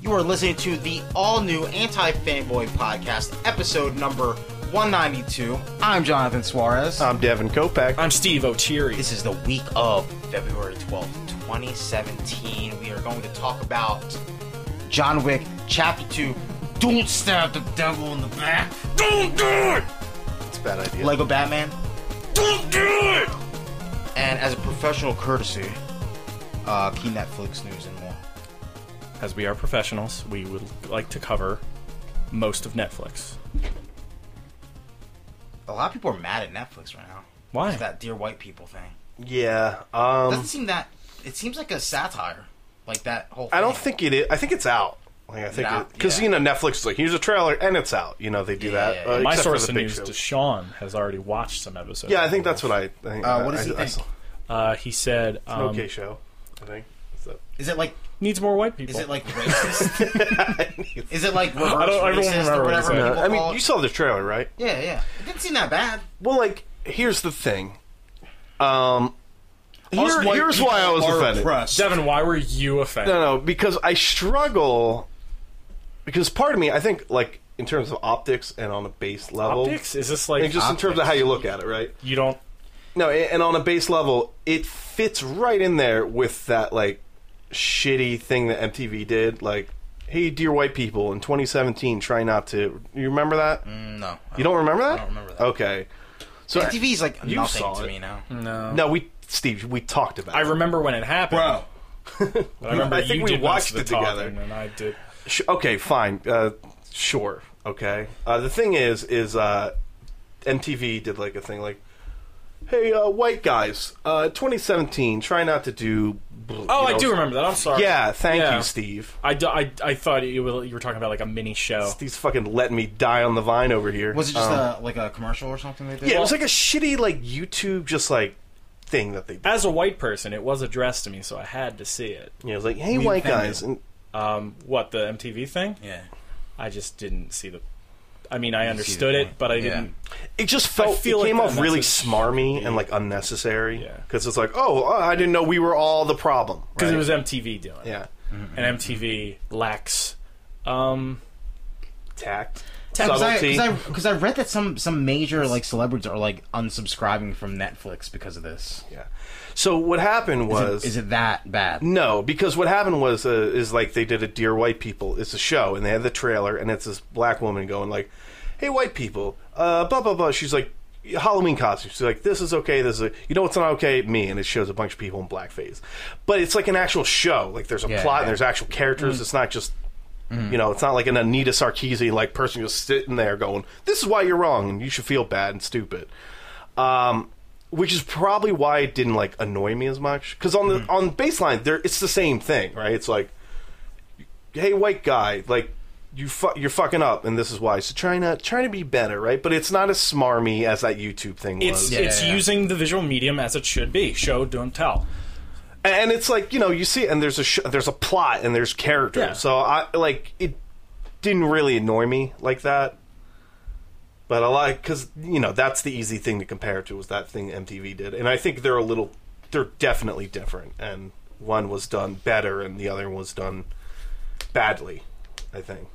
You are listening to the all new Anti Fanboy Podcast, episode number 192. I'm Jonathan Suarez. I'm Devin Kopeck. I'm Steve O'Cheery. This is the week of February 12th, 2017. We are going to talk about John Wick Chapter 2. Don't stab the devil in the back. Don't do it! It's a bad idea. Lego Batman. don't do it! And as a professional courtesy, uh, key Netflix news and more. As we are professionals, we would like to cover most of Netflix. A lot of people are mad at Netflix right now. Why? It's that dear white people thing. Yeah. Doesn't Um, seem that. It seems like a satire, like that whole. I don't thing. think it is. I think it's out. Like I think Nah, because yeah. you know Netflix is like here's a trailer and it's out. You know they do Yeah, that. yeah, uh, yeah. My except for source the of big news, shows. Deshaun, has already watched some episodes. Yeah, I think that's what I. I think, Uh, what does he I, I think? saw- Uh, he said um, okay show. I think. So- Is it like? needs more white people. Is it like racist? is it like reverse I don't- I don't racist remember or what he whatever? said. Uh, people I mean, call you it? saw the trailer, right? yeah, yeah. It didn't seem that bad. Well, like here's the thing. Um, Us here, white here's why I people was are offended. oppressed. Devin, why were you offended? No, no, because I struggle. Because part of me, I think, like in terms of optics and on a base level, Optics? Is this like and just in terms of how you look at it, right? you don't? No, a- and on a base level, it fits right in there with that like shitty thing that MTV did, like. Hey, dear white people, in 2017, try not to. You remember that? Mm, No, I You don't remember that? I don't remember that. Okay. So MTV is like You nothing saw to it. me now. No. No, we Steve, we talked about. I oh. it. remember when it happened. But I remember I think you we did most watched of the it together. talking, and I did. Sh- okay, fine. Uh, sure. Okay. Uh, the thing is, is uh, MTV did like a thing like, "Hey, uh, white guys, uh, 2017, try not to do." bl- Oh, you I know." do remember that. I'm sorry. Yeah, thank Yeah. you, Steve. I, do- I, I thought you were, you were talking about like a mini show. Steve's fucking letting me die on the vine over here. Was it just Um, a, like a commercial or something they did? Yeah, it was like a shitty like YouTube just like thing that they. Did. As a white person, it was addressed to me, so I had to see it. You know, it was like, "Hey, We white offended. guys," and Um, what the MTV thing? yeah. I just didn't see the. I mean, I see the understood it, point. but I Yeah. didn't. it just felt feel it like came that off really message- smarmy and like unnecessary. Yeah. because it's like, oh, uh, I didn't know we were all the problem. because right? it was MTV doing it, yeah, Mm-hmm. and MTV lacks. Um, tact, Because I, subtlety. cause I, 'cause I read that some some major like celebrities are like unsubscribing from Netflix because of this. Yeah. So what happened Is it- was is it that bad? no, because what happened was uh, is like they did a Dear White People. It's a show, and they had the trailer, and it's this black woman going like, "Hey, white people, uh, blah blah blah." She's like. Halloween costume. She's like, "This is okay. This is a, you know what's not okay? Me." And it shows a bunch of people in blackface, but it's like an actual show. Like there's a Yeah, plot, yeah. Mm-hmm. and there's actual characters. It's not just you know, it's not like an Anita Sarkeesian like person just sitting there going, "This is why you're wrong, and you should feel bad and stupid." Um, which is probably why it didn't like annoy me as much because on the on baseline there it's the same thing, right? It's like, "Hey, white guy, like you fu- you're fucking up, and this is why." So trying to trying to be better, right? But it's not as smarmy as that YouTube thing it's was, Yeah, it's yeah, yeah. using the visual medium as it should be. Show, don't tell. and it's like you know you see and there's a sh- there's a plot and there's characters Yeah. so i like it didn't really annoy me like that but i like because you know that's the easy thing to compare to was that thing mtv did and i think they're a little they're definitely different and one was done better and the other was done badly i think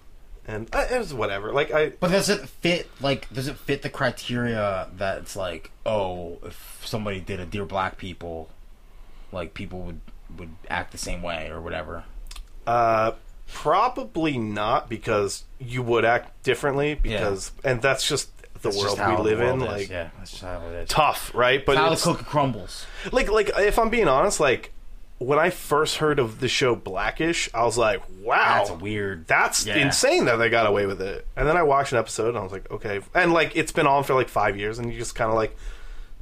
and I, it was whatever like i But does it fit like does it fit the criteria that's like oh if somebody did a dear black people, like people would would act the same way or whatever. Uh, probably not because you would act differently because and that's just the That's world just how we live the world in is, like yeah, that's just how it is. tough right but It's how the it's- cookie crumbles. like like if i'm being honest like when i first heard of the show blackish i was like wow That's a weird. that's Yeah. insane that they got away with it and then i watched an episode and i was like okay and like it's been on for like five years and you just kind of like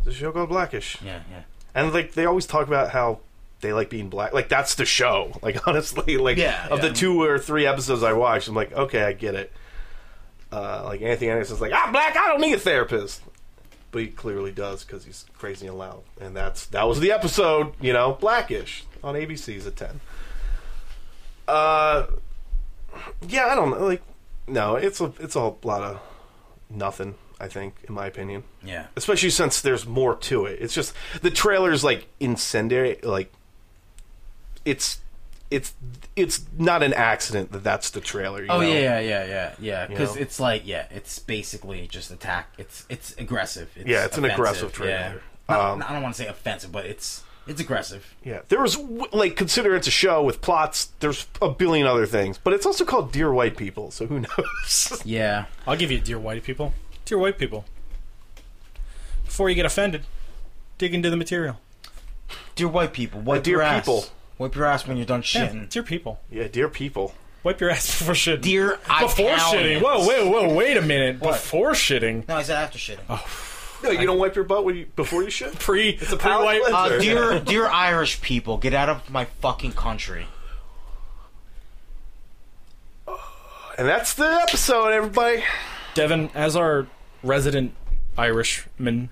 the show called blackish yeah, yeah. and like they always talk about how they like being black. Like that's the show. Like honestly, like Yeah, of yeah. the two or three episodes I watched, I'm like, okay, I get it. Uh, like Anthony Anderson's like, I'm black. I don't need a therapist, but he clearly does because he's crazy and loud. And that's that was the episode. You know, Blackish on ABC's at ten. Uh, yeah, I don't know. Like, no, it's a it's a lot of nothing. I think, in my opinion Yeah. especially since there's more to it. It's just the trailer's like incendiary, like it's it's it's not an accident that that's the trailer. You Oh know? yeah, yeah, yeah, yeah, yeah. Because know? it's like yeah, it's basically just attack. It's it's aggressive. It's Yeah, it's an offensive, aggressive Um, trailer. yeah. Not- I don't want to say offensive, but it's it's aggressive. Yeah, there was w- like consider it's a show with plots. There's a billion other things, but it's also called Dear White People, so who knows? Yeah, I'll give you, dear white people. Dear white people. Before you get offended, dig into the material. Dear white people, wipe dear your ass. people. Wipe your ass when you're done Yeah, shitting. dear people. yeah, Dear People. Wipe your ass before shitting. Dear before shitting. Italians. Whoa, whoa, whoa! Wait a minute. What? Before shitting. No, I said after shitting. Oh, No, you don't wipe your butt when you, before you shit. Pre. It's a pre palate white. cleanser. Uh, dear, dear Irish people, get out of my fucking country. And that's the episode, everybody. Devin, as our resident Irishman,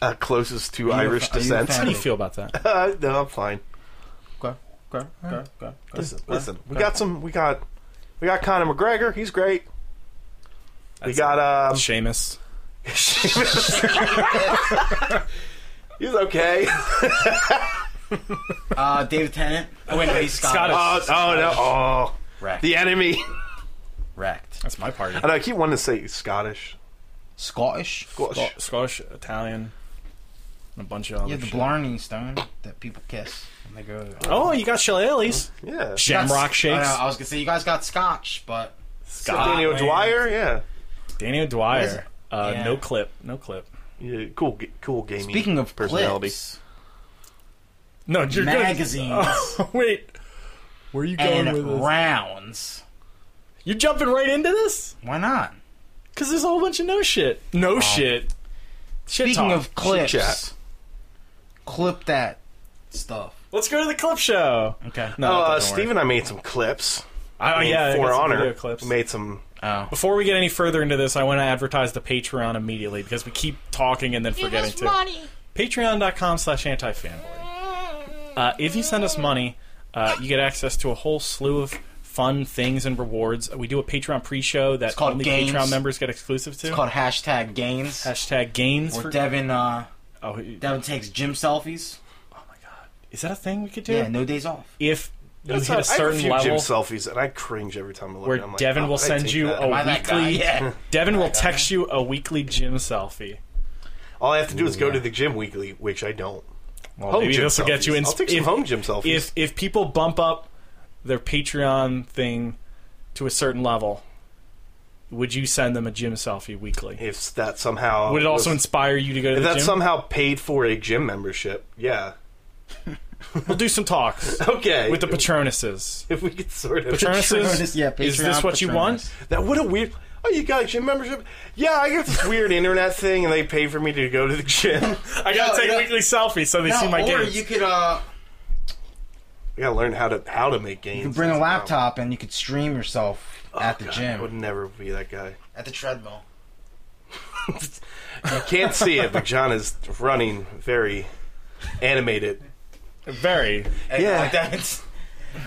Uh, closest to Irish are you a descent. fan? how do you feel about that? Uh, no, I'm fine. Okay, okay, okay, okay. Listen, listen. We got some. We got we got Conor McGregor. He's great. we got um, Seamus. he's okay. Uh, David Tennant. Oh wait, no, he's Scottish. Scottish. Uh, Oh, oh no! Oh, Wrecked. the enemy. Wrecked. That's my party. I know. I keep wanting to say Scottish. Scottish. Scottish. Sc- Scottish, Italian, and a bunch of other. Yeah, the shit. Blarney Stone that people kiss when they go. Oh, you got shillelaghs. Oh. Yeah. Shamrock That's- I, shakes. know, I was gonna say you guys got Scotch, but Ah, Daniel Dwyer. Yeah. Danny What is it? O'Dwyer. Uh, Yeah. No clip. No clip. yeah. Cool. g- Cool gaming. speaking of personality. clips, No, you're good. magazines Oh, wait. Where are you going with and this? rounds. You're jumping right into this? Why not? Because there's a whole bunch of no shit. No shit. Shit Speaking talk. of clips, chat. clip that stuff. Let's go to the clip show. Okay. No, Uh, don't worry. Steve and I made some clips. I, I mean, yeah, I got for some honor. video clips. We Made some. Oh. Before we get any further into this, I want to advertise the Patreon immediately because we keep talking and then forgetting to. Patreon.com slash antifanboy. Uh, if you send us money, uh, you get access to a whole slew of fun things and rewards. We do a Patreon pre-show that called only Gains. Patreon members get exclusive to. It's called hashtag gains. Hashtag gains. where For, Devin uh, oh, Devin takes gym selfies. is that a thing we could do? Yeah, no days off. If you That's hit not- a I have a certain few gym level, selfies, and I cringe every time I look. Where at them. I'm like, Devin "Oh, will I'd send take you that." a- Am I that guy? Weekly- Yeah. Devin will text you a weekly gym selfie. All I have to do is go to the gym weekly, which I don't. Well, Home maybe gym this will get you selfies. in. I'll take some if, home gym selfies. If if people bump up their Patreon thing to a certain level, would you send them a gym selfie weekly? If that somehow would it also was- inspire you to go to if the that gym? somehow paid for a gym membership, yeah. we'll do some talks Okay. with the Patronuses. if we could sort of Patronuses, Patronus, yeah, is this Patreon what you want? that what a weird Oh, you got a gym membership? Yeah, I got this weird internet thing, and they pay for me to go to the gym. I gotta No, take no. weekly selfies so they see No, my or games. you could uh, I gotta learn how to how to make games. you could bring a laptop and you could stream yourself at the I would gym, never be that guy. at the treadmill. You can't see it, but John is running very animated. Very. And Yeah. like that, it's-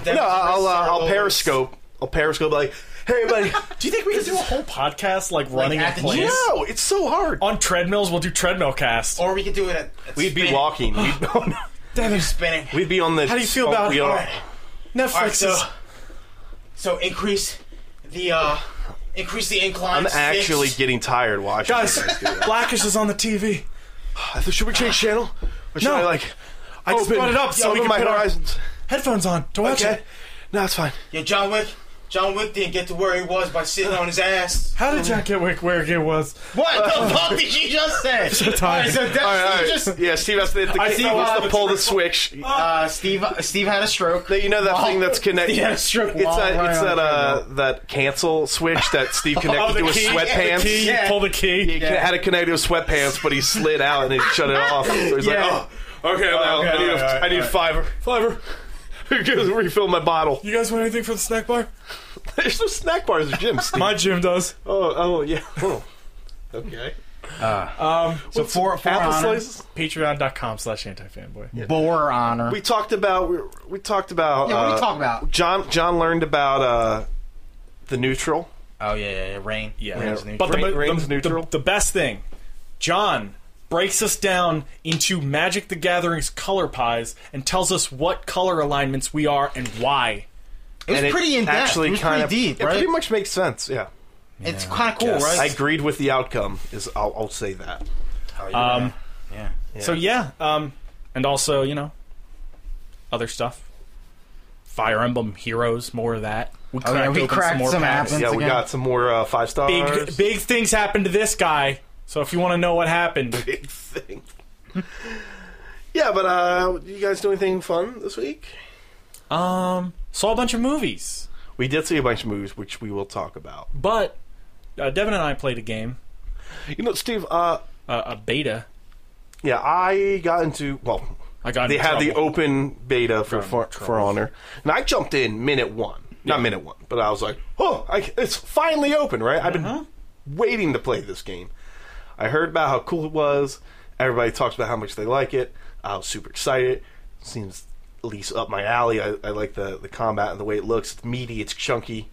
that No, it's I'll uh, I'll circles. periscope. I'll periscope like, hey, buddy. Do you think we could do a whole podcast like running at in the place? gym? no, it's so hard. On treadmills, we'll do treadmill cast. Or we could do it at, at We'd be spin- walking. We'd, Devin spinning. we'd be on the. How do you feel on- about- we are- All right. Netflix All right, so is so increase the uh increase the incline. I'm actually six. getting tired watching. Guys, you do that. Blackish is on the TV. I thought, should we change channel? Or should No. I like? I just brought it up so we open can my put our- horizons. Headphones on to watch Okay. it. No, it's fine. Yo, John Wick. John Wick didn't get to where he was by sitting on his ass. How did Jack get Wick where it was? What the fuck did you just say? tired. Alright, so Devin, All right, all you right. just yeah, Steve has to, the, I I see see wants why- to pull the switch. uh, Steve. Steve had a stroke. You know that thing that's connected. Yeah, stroke It's wall that. right it's on that. the Uh, that cancel switch that Steve connected to his sweatpants. Oh, key. Yeah. Pull the key. He had it connected to his sweatpants, but he slid out and he shut it off. So he's Yeah. like, oh, okay, well, I okay, need, a, alright, I need fiver. Fiver, Go refill my bottle. you guys want anything for the snack bar? There's no snack bars at the gym, Steve. My gym does. oh, oh, yeah. Oh. Okay. Um, So for for Apple honor, slices. Patreon.com slash antifanboy. for honor. We talked about. We, we talked about. yeah, what are uh, you talking about? John. John learned about uh, the neutral. Oh yeah, yeah, yeah, rain. Yeah. Rain's Yeah. new. But the, Rain- the, rain's the- neutral. the best thing, John breaks us down into Magic the Gathering's color pies and tells us what color alignments we are and why. It was And it pretty in depth. Actually, it was kind pretty of deep, It right? pretty much makes sense. Yeah, it's Yeah, kind of cool, guess. right? Oh, I agreed with the outcome. Is I'll, I'll say that. Um, Yeah. So yeah, um, and also you know, other stuff. Fire Emblem Heroes, more of that. We Oh, yeah, we open cracked some packs. apples. yeah, Once we again- got some more uh, five stars. Big big things happened to this guy. So if you want to know what happened, big thing. yeah, but uh, you guys do anything fun this week? um, saw a bunch of movies. We did see a bunch of movies, which we will talk about. But uh, Devin and I played a game, You know, Steve. Uh, uh, a beta. yeah, I got into well. I got They in had the trouble. open beta for for, trouble. for Honor, and I jumped in minute one, not minute one, but I was like, "Oh, I, it's finally open!" Right? I've been Uh-huh. waiting to play this game. I heard about how cool it was. Everybody talks about how much they like it. I was super excited. Seems at least up my alley. I, I like the the combat and the way it looks. It's meaty. It's chunky.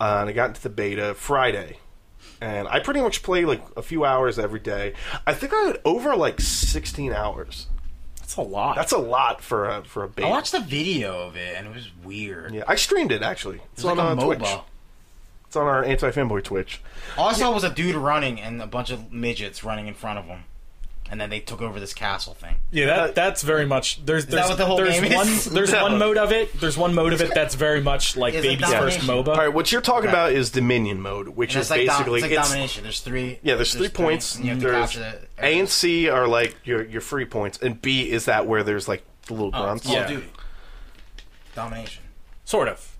Uh, and I got into the beta Friday, and I pretty much play like a few hours every day. I think I had over like sixteen hours. That's a lot. That's a lot for a for a beta. I watched a video of it and it was weird. Yeah, I streamed it actually. It's It's like on a uh, MOBA. Twitch. It's on our anti fanboy Twitch. All I saw was a dude running and a bunch of midgets running in front of him, and then they took over this castle thing. yeah, Uh, that that's very much. There's that there's what the whole there's game one is? there's No. one mode of it. There's one mode of it that's very much like It's a baby's first domination. MOBA. All right, what you're talking Okay. about is Dominion mode, which And it's is like, dom- basically it's like domination. There's three. yeah. There's, three points. and you have to There's capture the- A and C are like your your free points, and B is that where there's like the little Oh, it's grunts. Call of Yeah. Duty. Domination. Sort of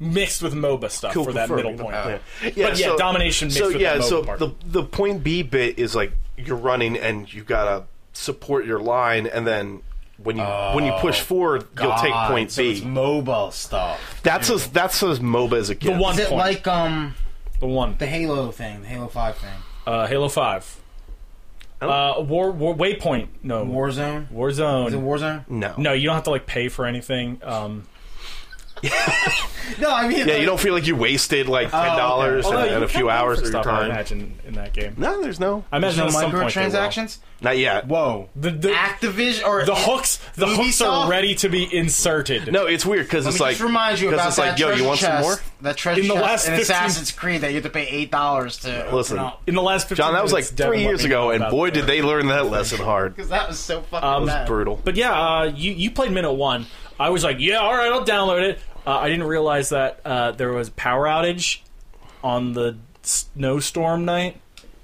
mixed with MOBA stuff for that prefer, middle you know, point. Yeah, But yeah, domination mixed so with yeah, that so mobile part. the the point B bit is like you're running and you gotta support your line, and then when you when you push Oh, forward, you'll take Ah, God, point so B. It's mobile stuff. That's as that's as MOBA as it gets. one- Is it Point. like um The one the Halo thing, the Halo Five thing, uh, Halo Five, Oh. uh, War War Waypoint. No Warzone? Warzone. Is it Warzone? No. no, you don't have to like pay for anything. Um, No, I mean Yeah, you don't feel like you wasted like ten dollars Oh, although and, you and a can few pay hours for of your stuff, I time. imagine in that game. No, there's no. I There's imagine no at some point they will. microtransactions. Not yet. Whoa, The- the- Activision or The hooks, the hooks Ubisoft? are ready to be inserted. No, it's weird because Let it's me like just remind you 'cause about it's that like, yo, treasure you want chest, some more? that treasure In the chest last in 15 Assassin's Creed that you have to pay eight dollars to Listen, in the last 15 John, that was like minutes, Devin three let years me know ago, and about boy, that. did they learn that lesson hard. It because that was so fucking was bad. brutal. But yeah, uh, you you played minute one. I was like, yeah, all right, I'll download it. Uh, I didn't realize that uh, there was a power outage on the snowstorm night,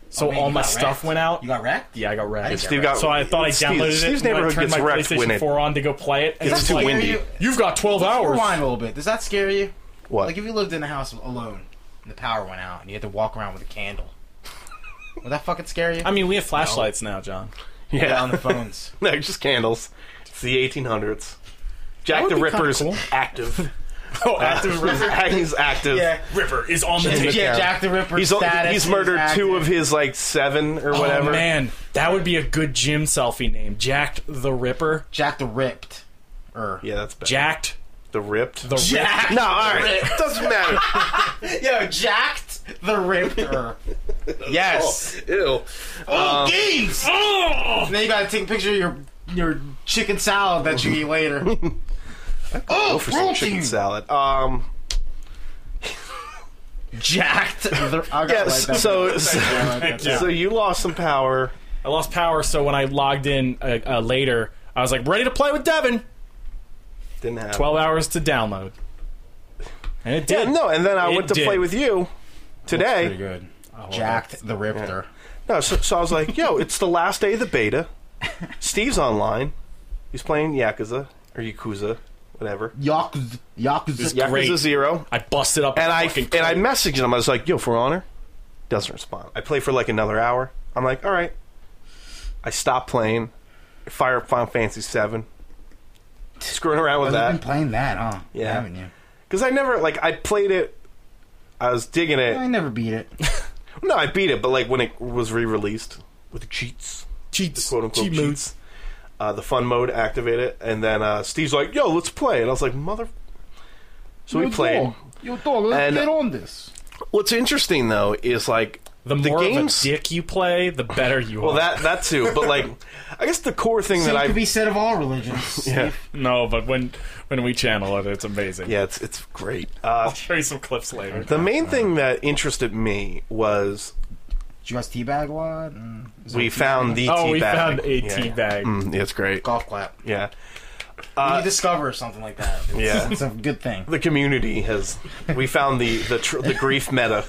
so Oh, man, all you my got stuff wrecked. went out. You got wrecked. yeah, I got wrecked. didn't get Steve got- so I thought I Steve- downloaded it. Steve's and then I neighborhood turned gets my wrecked PlayStation when it- 4 on to go play it. And It's it's too like, windy. You, You've got 12 hours. rewind a little bit. Does that scare you? what? Like if you lived in a house alone and the power went out and you had to walk around with a candle, would that fucking scare you? I mean, we have flashlights now, John. yeah, on the phones. no, just candles. It's the 1800s. Jack would the be kinda Ripper's cool. active. Uh, Oh, He's active. yeah. Ripper is on the Yeah, table. Jack the Ripper. He's, status he's is murdered two active. of his like seven or whatever. Oh man, that would be a good gym selfie name. Jacked the Ripper. Jack the Ripped. Er. Or Yeah, that's bad. Jacked the ripped. the Ripper. Jack. no, all right, doesn't matter. Yo, Jacked the Ripper. yes. Ew. Oh, games. And then you gotta take a picture of your your chicken salad that you eat later. Go oh, for some chicken salad. Um, Jacked. The, I gotta yeah. write that So, so, down. I gotta write that down. so you lost some power. I lost power, so when I logged in uh, uh, later, I was like, ready to play with Devin. Didn't have 12 hours to download. And it Yeah, did. no, and then I It went to did. play with you Pretty today. good. Jacked the Ripper. No, so, so I was like, yo, it's the last day of the beta. Steve's online. He's playing Yakuza or Yakuza, whatever. Yakuza. Yakuza. Yakuza Great. Zero. I busted up. And I fucking and I messaged him. I was like, "Yo, for honor," doesn't respond. I play for like another hour. I'm like, "All right." I stop playing. Fire up Final Fantasy Seven. Screwing around with You've been that playing that, huh? Yeah. Haven't you? because I never like I played it. I was digging I it. never beat it. No, I beat it, but like when it was re-released with the cheats, cheats, quote unquote cheat cheats, modes. Uh, the fun mode, activate it, and then uh, Steve's like, "Yo, let's play," and I was like, "Mother." So we played. Yo, dog, let's And- get on this. What's interesting though is like The more games- of a dick you play, the better you Well, are. that that too, but like, I guess the core thing that it I could be said of all religions. yeah no, but when when we channel it, it's amazing. yeah it's it's great. Uh, I'll show you some clips later. the main thing that interested me was Did you guys teabag a lot? Mm. Is we it- found the oh, tea we bag. found a yeah. tea bag. Mm, yeah, it's great. golf clap. Yeah, we discover or something like that. It's, Uh, Yeah. it's a good thing. the community has we found the the tr- the grief meta.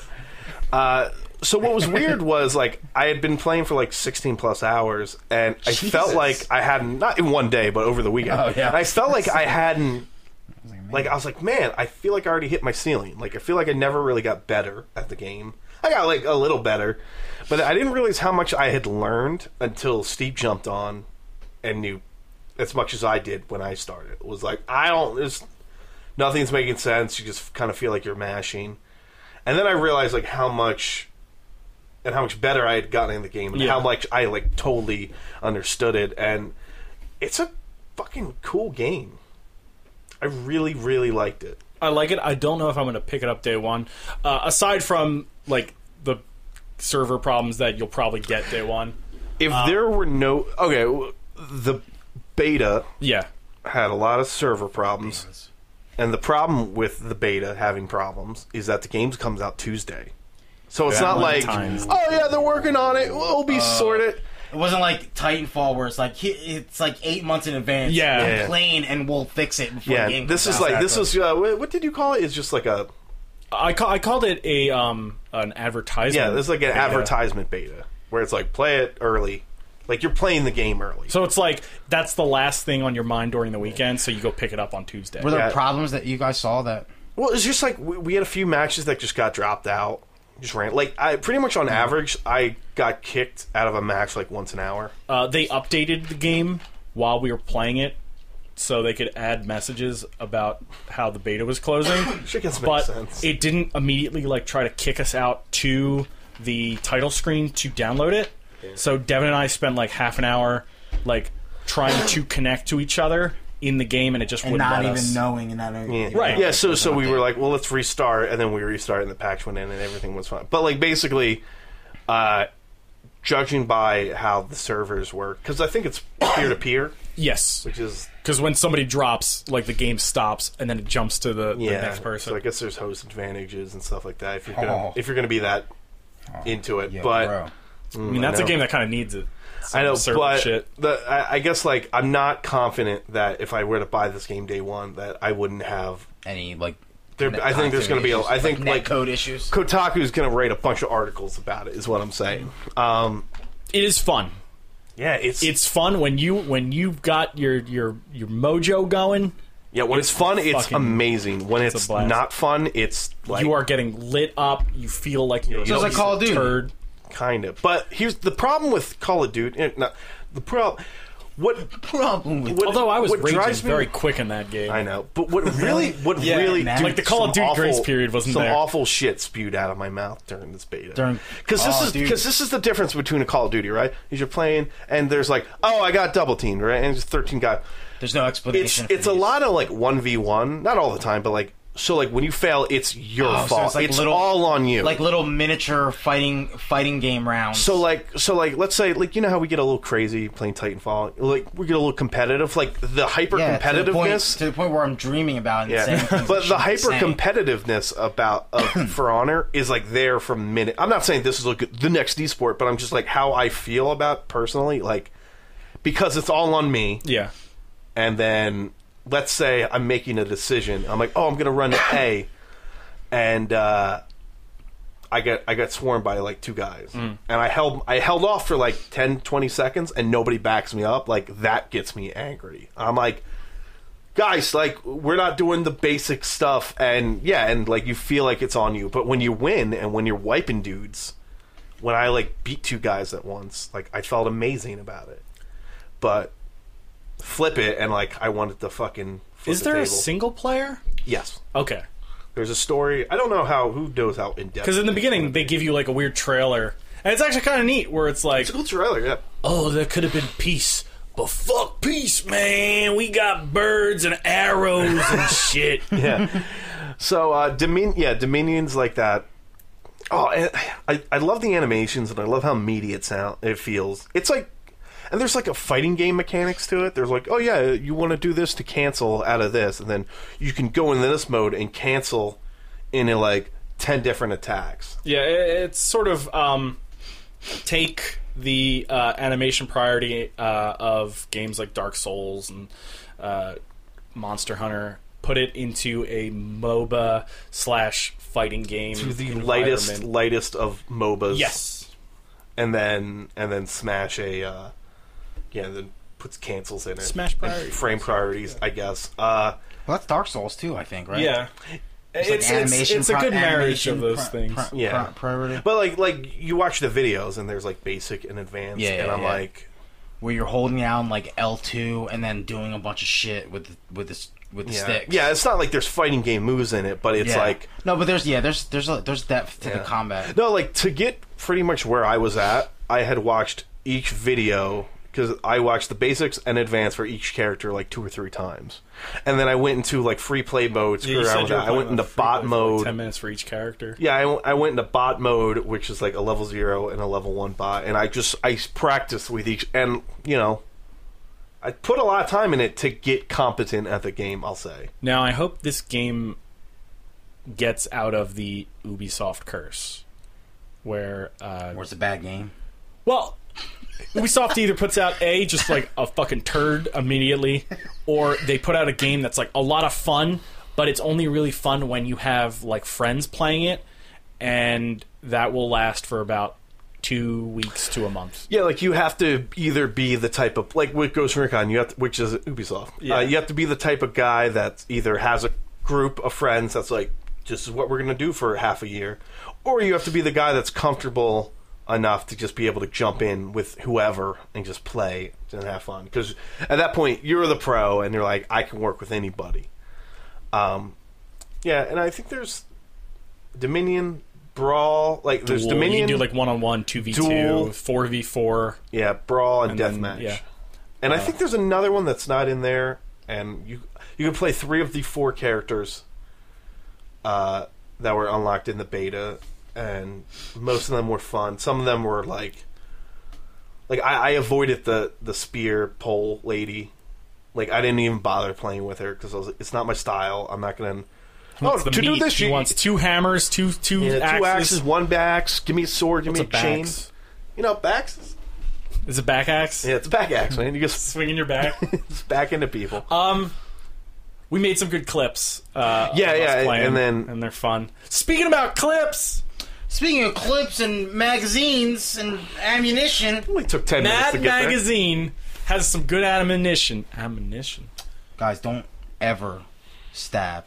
Uh, so what was weird was like I had been playing for like 16 plus hours, and I felt Jesus. like I hadn't not in one day, but over the weekend. Oh, yeah. And I felt like I hadn't. Like Like, I was like, man, I feel like I already hit my ceiling. Like I feel like I never really got better at the game. I got like a little better, but I didn't realize how much I had learned until Steve jumped on and knew as much as I did when I started. It was like I don't there's nothing's making sense. You just kind of feel like you're mashing. And then I realized like how much and how much better I had gotten in the game and Yeah. how much I like totally understood it and it's a fucking cool game. I really really liked it. I like it. I don't know if I'm going to pick it up day one. Uh, aside from like the server problems that you'll probably get day one. If there were no okay, w- the beta Yeah, had a lot of server problems. And the problem with the beta having problems is that the game comes out Tuesday. So it's Yeah. not like, Valentine's. oh yeah, they're working on it. We'll Uh, be sorted. it wasn't like Titanfall where it's like hi- it's like eight months in advance. Yeah. Yeah. complain and we'll fix it. Before the Yeah, game this comes is out. like this is uh, wha- what did you call it? It's just like a I ca- I called it a um an advertisement. yeah, this is like an beta. advertisement beta where it's like play it early, like you're playing the game early. So it's like that's the last thing on your mind during the weekend, so you go pick it up on Tuesday. Were there Yeah. problems that you guys saw that? Well, it's just like we, we had a few matches that just got dropped out, just ran. Like I pretty much Mm-hmm. on average, I got kicked out of a match like once an hour. Uh, they updated the game while we were playing it, so they could add messages about how the beta was closing. Shit gets but makes sense. it didn't immediately like try to kick us out to the title screen to download it. So Devin and I spent like half an hour like trying to connect to each other in the game, and it just And wouldn't not let even us. knowing and not knowing. Yeah. Right. Yeah. So so we were like, well, let's restart, and then we restarted, and the patch went in, and everything was fine. But like basically, uh, judging by how the servers work, because I think it's peer to peer, Yes, which is because when somebody drops, like the game stops, and then it jumps to the, the yeah. next person. So I guess there's host advantages and stuff like that if you're gonna Oh. if you're gonna be that into it. Yeah, but bro. I mean, mm, I that's a know. game that kind of needs it. I know, Some but shit. the I, I guess like I'm not confident that if I were to buy this game day one, that I wouldn't have. any like. There, I think there's going to be. A, I think like code issues. Kotaku's going to write a bunch of articles about it. Is what I'm saying. Um, It is fun. yeah, it's It's fun when you when you've got your your your mojo going. yeah. When it's, fun, it's fucking- amazing. When it's, a blast. not fun, it's like you are getting lit up. You feel like you're So a it's like Call of Duty. turd. kind of. But here's the problem with Call of Duty. eh, Not, the problem. What problem with What- Although I was what raging drives me- very quick in that game. I know, but what really, what Yeah, really, man. Like the Call of some Duty grace period wasn't some there. awful shit spewed out of my mouth during this beta. During- because this Oh, is dude. because this is the difference between a Call of Duty, right? Is you're playing and there's like, oh, I got double teamed, right? And it's thirteen guy. There's no It's explanation. for it's a these. lot of like one v one, not all the time, but like so like when you fail, it's your Oh, so fault. it's, like, little- all on you. like little miniature fighting fighting game rounds. So like so like let's say like you know how we get a little crazy playing Titanfall like we get a little competitive like the hyper yeah, to the, point, competitiveness to the point where I'm dreaming about it. And saying Yeah, things but I the shouldn't hyper say. competitiveness about of For Honor is like there from minute. I'm not saying this is like the next e-sport, but I'm just like how I feel about personally, like because it's all on me. Yeah, And then let's say I'm making a decision. I'm like, oh, I'm gonna run to A, and uh, I got I got sworn by like two guys, Mm. and I held I held off for like 10, 20 seconds, and nobody backs me up. Like that gets me angry. I'm like guys, like we're not doing the basic stuff, and yeah, and like you feel like it's on you. But when you win and when you're wiping dudes, when I like beat two guys at once, like I felt amazing about it. But flip it, and like I wanted to fucking. Flip is the there a table. single player? Yes, Okay, there's a story. I don't know how who knows how in depth. because in the beginning they give you like a weird trailer, and it's actually kind of neat where it's like, it's a cool trailer. Yeah, oh, there could have been peace. But fuck peace, man. We got birds and arrows and shit. yeah. so uh, Domin- yeah, Dominion's like that. Oh, and I I love the animations and I love how meaty it sound it feels. It's like and there's like a fighting game mechanics to it. There's like, oh yeah, you want to do this to cancel out of this, and then you can go into this mode and cancel into like ten different attacks. Yeah, it, it's sort of um, take the uh, animation priority uh, of games like Dark Souls and uh, Monster Hunter, put it into a MOBA slash fighting game. To the lightest environment. lightest of MOBAs. Yes. And then and then smash a uh yeah, and then puts cancels in it. Smash And priorities. Frame priorities, I guess. Uh Well, that's Dark Souls too, I think, right? Yeah. It's, like it's, it's, a pro- good marriage animation of those pro- things. pro- Yeah. pro- priority. but like like you watch the videos and there's like basic and advanced Yeah, and yeah, I'm yeah. like where you're holding down like L two and then doing a bunch of shit with with this with the yeah. sticks. yeah, it's not like there's fighting game moves in it, but it's Yeah. like no, but there's yeah, there's there's a, there's depth to Yeah. the combat. No, like to get pretty much where I was at, I had watched each video because I watched the basics and advanced for each character like two or three times, and then I went into like free play mode. Yeah, Screw you said around you with were that. I playing went on into free play bot for mode. Like Ten minutes for each character. yeah, I, went- I went into bot mode, which is like a level zero and a level one bot, and I just I practiced with each, and you know, I put a lot of time in it to get competent at the game. I'll say. Now I hope this game gets out of the Ubisoft curse, where uh, Where's the bad game? well, Ubisoft either puts out a just like a fucking turd immediately, or they put out a game that's like a lot of fun, but it's only really fun when you have like friends playing it, and that will last for about two weeks to a month. Yeah, like you have to either be the type of like with Ghost Recon, you have to, which is Ubisoft. Yeah. Uh, you have to be the type of guy that either has a group of friends that's like, this is what we're gonna do for half a year, or you have to be the guy that's comfortable enough to just be able to jump in with whoever and just play and have fun. Because at that point, you're the pro, and you're like, I can work with anybody. Um, yeah, and I think there's Dominion Brawl, like there's Duel. Dominion, you can do like one on one, two v two, Duel. four v four. yeah, brawl and, And then, deathmatch. yeah. Uh, And I think there's another one that's not in there, and you you can play three of the four characters uh, that were unlocked in the beta, and most of them were fun. Some of them were like, like I, I avoided the the spear pole lady, like I didn't even bother playing with her because it's not my style. I'm not gonna. Wants oh, the to do meat. this, he you wants two hammers, two two yeah, axes. two axes, one back. Give me a sword. Give What's me a a, chain. bax? You know, backs. is- Is it back axe? Yeah, it's a back axe, man. You just Swinging your back. it's back into people. um, we made some good clips. Uh, of Yeah, us yeah, and- playing, and then- and they're fun. Speaking about clips, Speaking of clips and magazines and ammunition, It only took ten minutes to Mad get there. Magazine has some good ammunition. Ammunition. guys, don't ever stab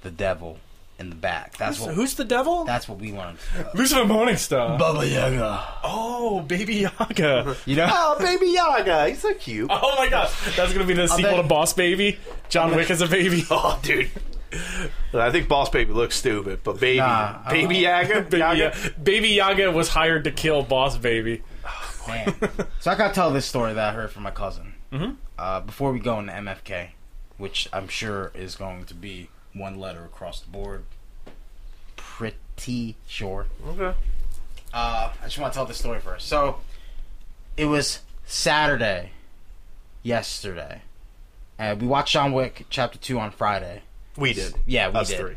the devil in the back. That's So what who's the devil? that's what we want. Lucifer Morningstar. Baba Yaga. oh, Baby Yaga. You know, Oh, baby Yaga, he's so cute. Oh my gosh, that's gonna be the sequel bet- to Boss Baby. John Wick is a baby. Oh, dude. I think Boss Baby looks stupid, but baby, Nah, I baby Yaga, Baby, Oh, Yaga. Ya- baby Yaga was hired to kill Boss Baby. man. So I gotta tell this story that I heard from my cousin. Mm-hmm. Uh, before we go into MFK, which I'm sure is going to be one letter across the board. Pretty sure. Okay. uh, I just want to tell this story first. So, it was Saturday, yesterday, and we watched John Wick Chapter Two on Friday. We did. Yeah, we Us did. three.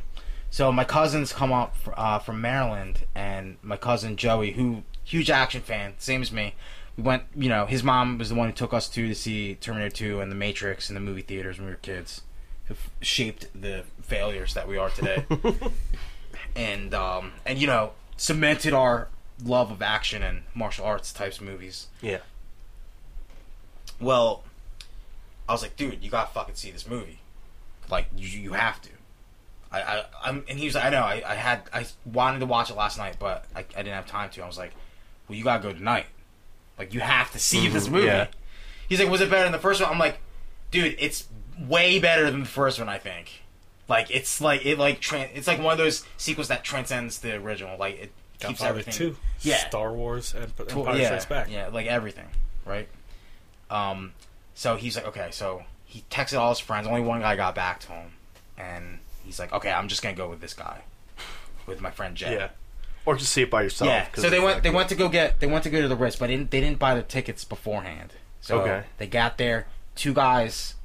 So my cousins come up fr- uh, from Maryland, and my cousin Joey, who huge action fan, same as me, we went. You know, his mom was the one who took us to to see Terminator Two and The Matrix in the movie theaters when we were kids. It f- shaped the failures that we are today, and um, and you know, cemented our love of action and martial arts types of movies. Yeah. Well, I was like, dude, you gotta fucking see this movie. Like, you you have to. I, I I'm and he was like, I know, I, I had I wanted to watch it last night, but I, I didn't have time to. I was like, well, you gotta go tonight. Like, you have to see this movie. yeah. He's like, was it better than the first one? I'm like, dude, it's way better than the first one. I think. Like it's like it like tran it's like one of those sequels that transcends the original. Like it keeps everything. too. Yeah. Star Wars and Well, Empire yeah, Strikes Back. Yeah, like everything, right? Um, so he's like, okay, so he texted all his friends. Only one guy got back to him, and he's like, okay, I'm just gonna go with this guy, with my friend Jay. Yeah. or just see it by yourself. Yeah. Oh, 'cause So they it's went. not They good. went to go get. They went to go to the Ritz, but they didn't, they didn't buy the tickets beforehand. So Okay. they got there. Two guys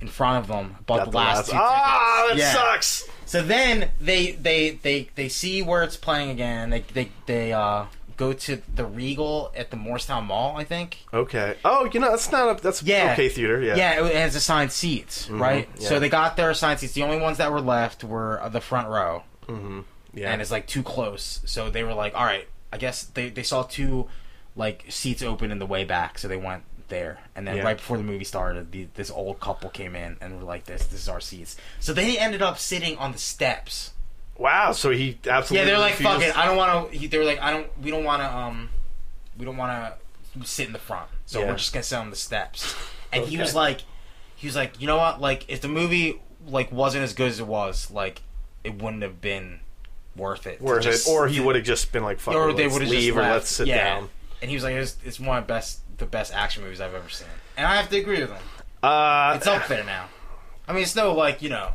in front of them bought Got the last, two tickets. ah, that Yeah. sucks. So then they they they they see where it's playing again. They they they uh go to the Regal at the Morristown Mall, I think. Okay. Oh, you know that's not a that's Yeah. okay theater. Yeah. Mm-hmm. Yeah, it has assigned seats, right? yeah. So they got their assigned seats. The only ones that were left were uh, the front row, Mm-hmm. Yeah. and it's like too close. So they were like, "All right, I guess they they saw two like seats open in the way back, so they went there." And then Yeah. right before the movie started, the, this old couple came in and were like, "This this is our seats." So they ended up sitting on the steps. wow. So he Yeah, absolutely. they're like, refused- fuck it. I don't want to. They were like, I don't. We don't want to. Um, we don't want to sit in the front. So Yeah. we're just gonna sit on the steps. And he was Okay. like, he was like, you know what? Like, if the movie like wasn't as good as it was, like, it wouldn't have been worth it. to Worth just- it. Or he would have just been like, fuck. or it, they let's would have just leave, or left. let's sit yeah. down. And he was like, it's, it's one of the best, the best action movies I've ever seen. And I have to agree with him. Uh, It's up there now. I mean, it's no like you know.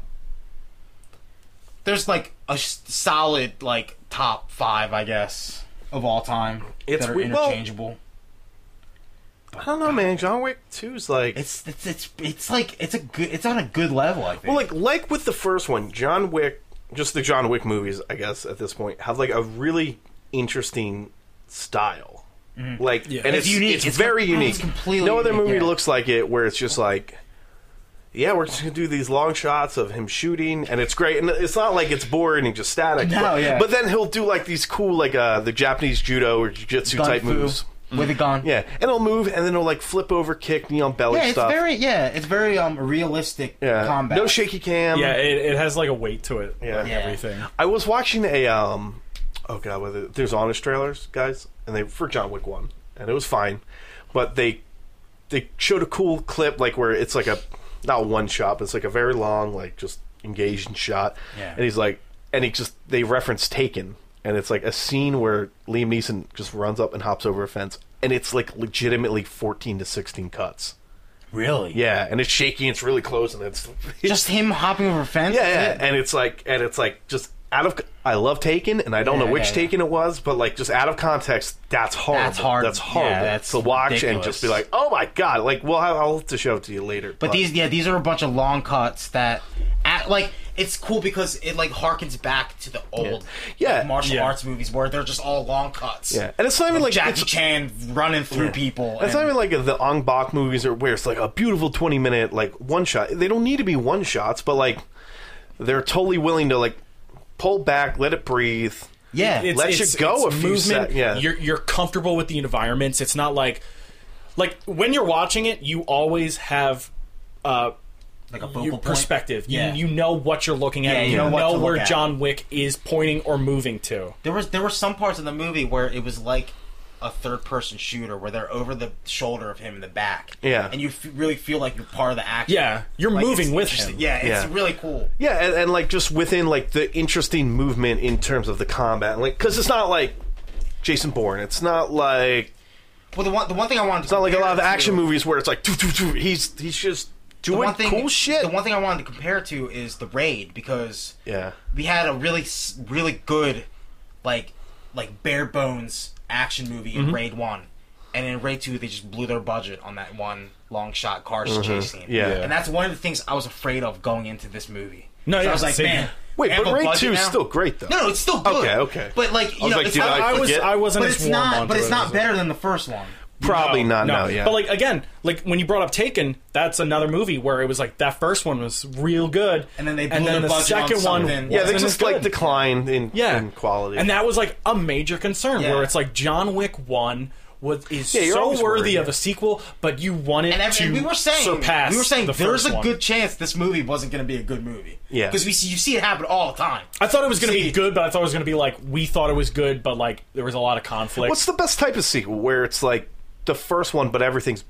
There's like a s- solid like top five, I guess, of all time It's that are we- well- interchangeable. I don't know, man. John Wick Two's like it's, it's it's it's like it's a good. It's on a good level, I think. Well, like like with the first one, John Wick, just the John Wick movies, I guess at this point have like a really interesting style. Like, Yeah. and It's it's, unique. It's, It's very com- unique. it's completely no other unique, movie yeah. looks like it, where it's just like. Yeah, we're just gonna do these long shots of him shooting, and it's great. And it's not like it's boring and just static. No, but, yeah. but then he'll do like these cool, like uh, the Japanese judo or jiu-jitsu Gun type fu moves. with a gun. Yeah, and he'll move, and then he'll like flip over, kick, knee on belly yeah. It's stuff. very yeah. It's very um realistic yeah, combat. no shaky cam. Yeah, it, it has like a weight to it. Yeah. and Yeah. everything. I was watching a um, oh god, whether there's honest trailers, guys, and they for John Wick one, and it was fine, but they they showed a cool clip like where it's like a not one shot, but it's like a very long like just engaging shot, Yeah. and he's like, and he just they reference Taken, and it's like a scene where Liam Neeson just runs up and hops over a fence, and it's like legitimately fourteen to sixteen cuts. really. Yeah, and it's shaky, it's really close, and it's Just him hopping over a fence. yeah, yeah, and it's like, and it's like just out of. I love Taken, and I don't know Yeah, which yeah, yeah. Taken it was, but like just out of context, that's horrible. That's hard. That's horrible. Yeah, that's to watch and ridiculous. just be like, oh my god, like, well, I'll, I'll have to show it to you later. But these, yeah, these are a bunch of long cuts that, at, like, it's cool because it like harkens back to the old Yeah. like, martial Yeah. arts movies where they're just all long cuts. yeah, and it's not even like Jackie it's- Chan running through people. It's and- not even like the Ong Bak movies or where it's like a beautiful twenty minute like one shot. They don't need to be one shots, but like they're totally willing to like pull back, let it breathe. yeah, It's- Let you it's- go it's a few movement. sec- yeah. You're you're comfortable with the environments. It's not like like when you're watching it, you always have uh like a focal your point. perspective. You, Yeah. you know what you're looking at. Yeah, you you know what know to look where at. John Wick is pointing or moving to. There was there were some parts of the movie where it was like a third person shooter where they're over the shoulder of him in the back. Yeah. and you f- really feel like you're part of the action. Yeah, you're Like, moving it's with interesting. him. Yeah, it's Yeah. really cool. Yeah, and, and like just within like the interesting movement in terms of the combat, like because it's not like Jason Bourne, it's not like Well, the one the one thing I wanted to it's not like a lot of action movies. movies where it's like doo, doo, doo, he's he's just doing cool shit. The one thing I wanted to compare it to is the raid because yeah, we had a really s- really good like like bare bones action movie Mm-hmm. in raid one, and in raid two they just blew their budget on that one long shot car chase scene. Mm-hmm. Yeah. and that's one of the things I was afraid of going into this movie. No, So yeah, I was like, same. man. wait, we have but a Raid budget Two is now. still great though. No, no, it's still good. Okay, okay. But like, you I was know, like, it's did not, I I was forget? I wasn't but as it's warm not. onto But it's it not as- better than the first one. probably not now. Yeah, But like again, like when you brought up Taken, that's another movie where it was like that first one was real good, And then they blew their the budget on second one, something. yeah, they wasn't as just like good. decline in yeah in quality. and that was like a major concern Yeah. where it's like John Wick one was is Yeah, you're so always worthy worried, of yeah. a sequel, but you wanted and, to every, and we were saying surpass. we were saying the there's first a one. good chance this movie wasn't going to be a good movie. Yeah. because we see you see it happen all the time. I thought it was going to be See- good, but I thought it was going to be like we thought it was good, but like there was a lot of conflict. What's the best type of sequel where it's like the first one, but everything's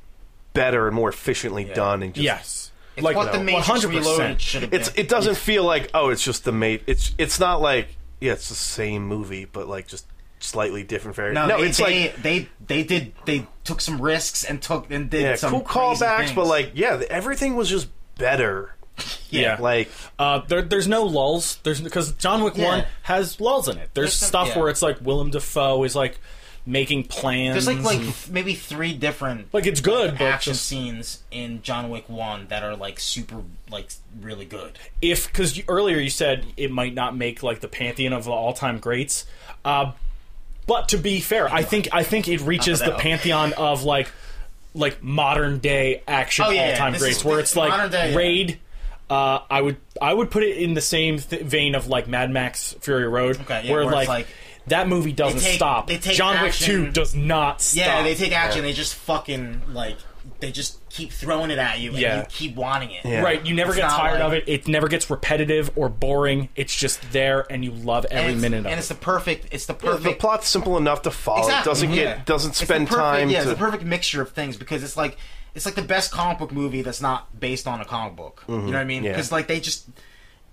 better and more efficiently done and just yes, It's like what the Matrix 100%. Reloaded should have been. It's it doesn't feel like oh it's just the mate it's it's not like yeah it's the same movie but like just slightly different very no, no, they, it's they, like they they did they took some risks and took and did yeah some cool crazy callbacks things. but like yeah th- everything was just better Yeah. Like, Uh, there, there's no lulls. There's because John Wick Yeah. One has lulls in it. There's, There's some- stuff yeah. where it's like Willem Dafoe is like making plans. There's like like and- th- maybe three different Like, it's good, but action just- scenes in John Wick One that are like super like really good. if because you, earlier you said it might not make like the pantheon of the all-time greats. Uh, but to be fair, I think I think it reaches the no. pantheon of like like modern day action Oh, yeah, yeah. all-time This greats, is- where this- it's like modern day, yeah. Raid. Uh, I would I would put it in the same th- vein of like Mad Max Fury Road, Okay, yeah, where, where it's like, like- that movie doesn't take- stop. they take John Wick action. Two does not stop. Yeah, they take action. They just fucking like they just keep throwing it at you, and Yeah. you keep wanting it. Yeah. Right, you never It's get not tired like- of it. It never gets repetitive or boring. It's just there, and you love And every it's, minute of and it. it's the perfect. It's the the- perfect. the plot's simple enough to follow. It Exactly, doesn't yeah. get doesn't It's the spend perfect- time Yeah, to. it's the perfect mixture of things because it's like it's like the best comic book movie that's not based on a comic book. You know what I mean? Mm-hmm. yeah. Because like they just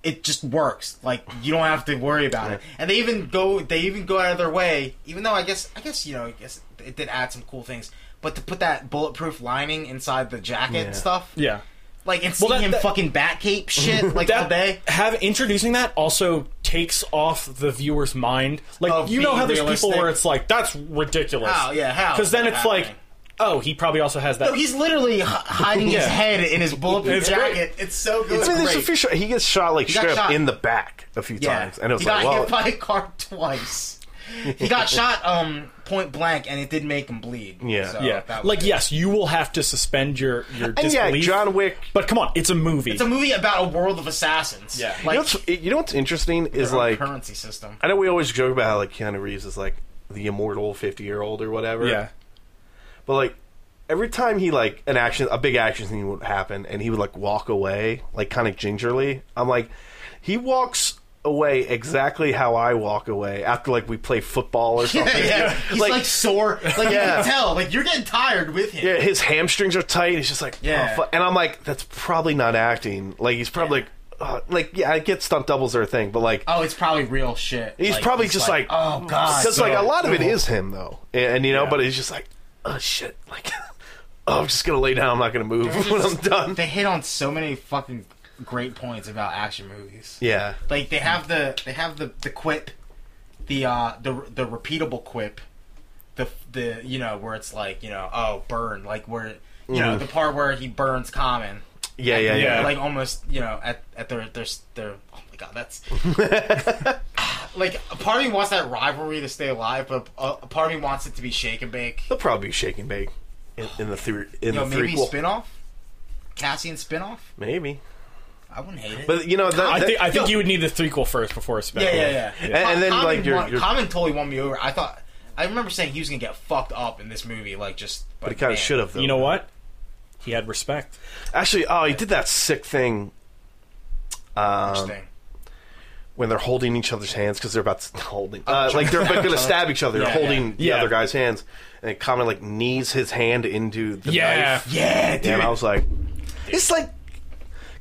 it just works. Like you don't have to worry about it. And they even go they even go out of their way. Even though I guess I guess you know I guess it did add some cool things. But to put that bulletproof lining inside the jacket Yeah. and stuff, yeah. like and Well, seeing that- him that- fucking Batcape shit like all day. have introducing that also takes off the viewer's mind. Like Of you know being how there's people realistic. where it's like that's ridiculous. How? Yeah, how is Because then that it's like, happening? oh, he probably also has that. No, he's literally h- hiding his Yeah. head in his bulletproof It's great. jacket. It's so good. I mean, there's a Great. few shot- He gets shot like got straight up shot. in the back a few times, and it was he like, got well, hit by a car twice. he got shot um, point blank, and it did make him bleed. Yeah. So yeah, Oh, that was like it. yes, you will have to suspend your your and yeah, disbelief. John Wick. but come on, it's a movie. it's a movie about a world of assassins. Yeah. you, know like what's, you know what's interesting is our like currency system. I know we always joke about how like Keanu Reeves is like the immortal fifty year old or whatever. yeah, But like every time he like an action a big action scene would happen and he would like walk away, like kind of gingerly, I'm like he walks away exactly how I walk away after like we play football or something. yeah, he's Like- like, sore. Like Yeah. you can tell. Like you're getting tired with him. Yeah, his hamstrings are tight. He's just like, Yeah. oh, fu-" and I'm like, that's probably not acting. Like he's probably like, oh, like yeah, I get stunt doubles are a thing, but like Oh, it's probably real shit. he's Like, probably just like, oh god, because like so a lot of it cool. is him though, and, and, you know, but he's just like, oh shit, like, oh, I'm just gonna lay down. I'm not gonna move when I'm done. They hit on so many fucking great points about action movies. Yeah, like they have the they have the the quip the uh the the repeatable quip the the you know where it's like you know oh burn like where you know the part where he burns common yeah, Mm. yeah, yeah. like almost you know at at their their their oh my god that's like a part of me wants that rivalry to stay alive but a, a part of me wants it to be shake and bake They'll probably be shaking big in, in the three in you know the maybe threequel. spinoff Cassian spinoff maybe, I wouldn't hate it but you know, that, I that- think I think Yo. you would need the threequel first before it's Yeah, yeah, yeah. And- and then, Common like, you're- won- you're- Common totally won me over. I thought I remember saying he was gonna get fucked up in this movie, like just. but he kind of should have though. You know what? He had respect. Actually, oh, he did that sick thing. Um, when they're holding each other's hands because they're about to holding, uh, like they're about going to stab each other, Yeah, holding the Yeah. other guy's hands, and Common like knees his hand into the Yeah. knife. Yeah, dude. and I was like, it's like